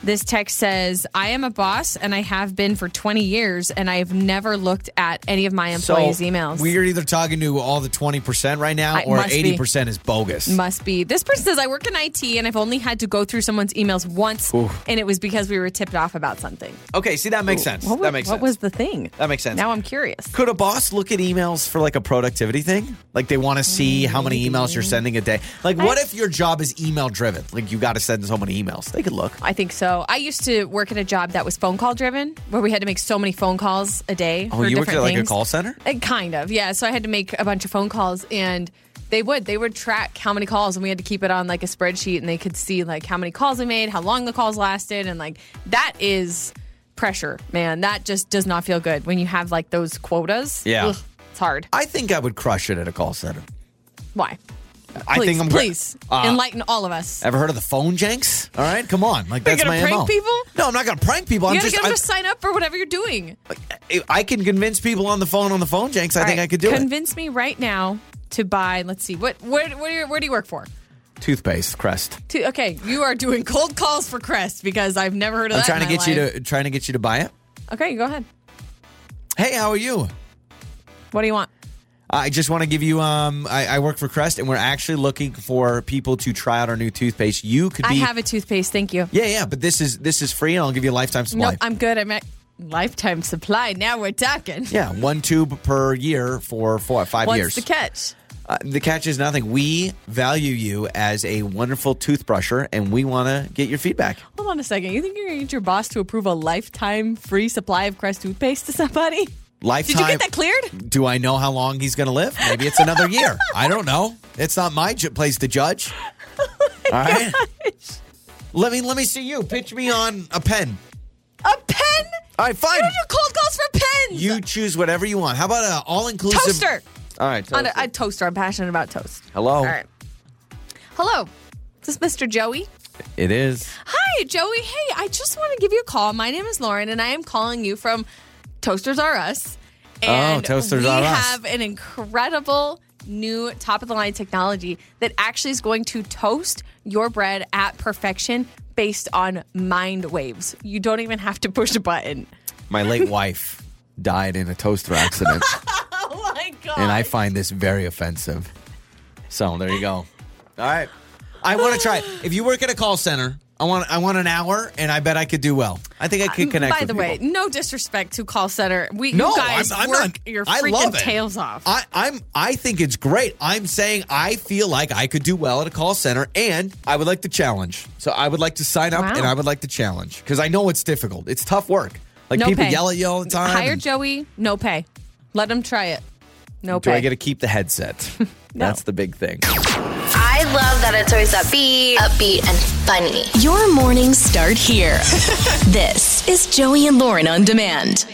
C: This text says, "I am a boss, and I have been for 20 years, and I have never looked at any of my employees' emails."
B: We're either talking to all the twenty percent right now,
C: I-
B: or
C: must be.
B: eighty percent is bogus.
C: Must be. This person says, "I work in IT, and I've only had to go through someone's emails once, and it was because we were tipped off about something."
B: okay, see that makes sense.
C: What was,
B: that makes
C: what
B: sense.
C: was the thing?
B: That makes sense.
C: Now I'm curious.
B: Could a boss look at emails for like a productivity thing? Like they want to see how many emails you're sending a day. Like what if your job is email driven? Like you got to send so many emails. They could look.
C: I think so. I used to work at a job that was phone call driven, where we had to make so many phone calls a day.
B: Oh,
C: for
B: you worked
C: different
B: at like
C: things.
B: a call center?
C: Uh, Kind of, yeah. So I had to make a bunch of phone calls, and they would they would track how many calls, and we had to keep it on like a spreadsheet, and they could see like how many calls we made, how long the calls lasted, and like that is pressure, man. That just does not feel good when you have like those quotas.
B: Yeah.
C: it's hard.
B: I think I would crush it at a call center.
C: Why?
B: I
C: Please,
B: think I'm gr-
C: please
B: Uh,
C: enlighten all of us.
B: Ever heard of the phone janks? All right, come on. Like
C: Are you
B: that's
C: gonna
B: my
C: prank
B: MO.
C: people?
B: No, I'm not going to prank people.
C: You
B: I'm
C: gotta
B: just
C: get
B: I,
C: them to sign up for whatever you're doing.
B: I can convince people on the phone on the phone janks. I
C: All
B: think
C: right,
B: I could do it.
C: Convince me right now to buy. Let's see. What? Where? Where, do you- where do you work for?
B: Toothpaste, Crest.
C: To, okay, you are doing cold calls for Crest because I've never heard of
B: I'm
C: that.
B: trying to get you to trying to get you to buy it.
C: to. Okay, go ahead.
B: Hey, how are you?
C: What do you want?
B: I just want to give you. Um, I, I work for Crest, and we're actually looking for people to try out our new toothpaste. You could be.
C: I have a toothpaste. Thank you.
B: yeah, yeah, but this is this is free, and I'll give you a lifetime
C: No,
B: supply.
C: I'm good. I'm at lifetime supply. Now we're talking.
B: yeah, one tube per year for four, five
C: What's
B: years.
C: the catch?
B: Uh, the catch is nothing. We value you as a wonderful toothbrusher, and we want to get your feedback.
C: Hold on a second. You think you're gonna get your boss to approve a lifetime free supply of Crest toothpaste to somebody?
B: Lifetime.
C: Did you get that cleared?
B: Do I know how long he's going to live? Maybe it's another year. I don't know. It's not my ju- place to
C: <laughs>
B: judge.
C: Oh
B: All right. Let me let me see you. Pitch me on a pen.
C: A pen?
B: All right, fine.
C: You don't do cold calls for pens.
B: You choose whatever you want. How about an all-inclusive
C: toaster.
B: All right,
C: On a,
B: toaster.
C: a toaster. I'm passionate about toast.
B: Hello.
C: All right. Hello. This is Mr. Joey.
B: It is.
C: Hi, Joey. Hey, I just want to give you a call. My name is Lauren, and I am calling you from Toasters R Us. And
B: Oh, Toasters
C: we
B: R Us.
C: have an incredible new top of the line technology that actually is going to toast your bread at perfection based on mind waves. You don't even have to push a button.
B: My late <laughs> wife died in a toaster accident,
C: Oh my god!
B: and I find this very offensive. So there
C: <laughs>
B: you go. All right, I want to try it. If you work at a call center, I want I want an hour, and I bet I could do well. I think I could connect.
C: Uh, By
B: with
C: the
B: people.
C: way, no disrespect to call center. We
B: No,
C: you guys
B: I'm, I'm
C: work
B: not.
C: your
B: I
C: freaking
B: love it.
C: tails off.
B: I, I'm. I think it's great. I'm saying I feel like I could do well at a call center, and I would like to challenge. So I would like to sign up,
C: Wow.
B: and I would like to challenge because I know it's difficult. It's tough work. Like
C: no
B: people
C: pay.
B: yell at you all the time.
C: Hire
B: and-
C: Joey. No pay. Let him try it. No
B: do
C: pay.
B: I get to keep the
C: <laughs>
B: headset? That's the big thing.
I: I love that it's always upbeat, upbeat, and funny.
A: <laughs> Your mornings start here. this is Joey and Lauren on demand.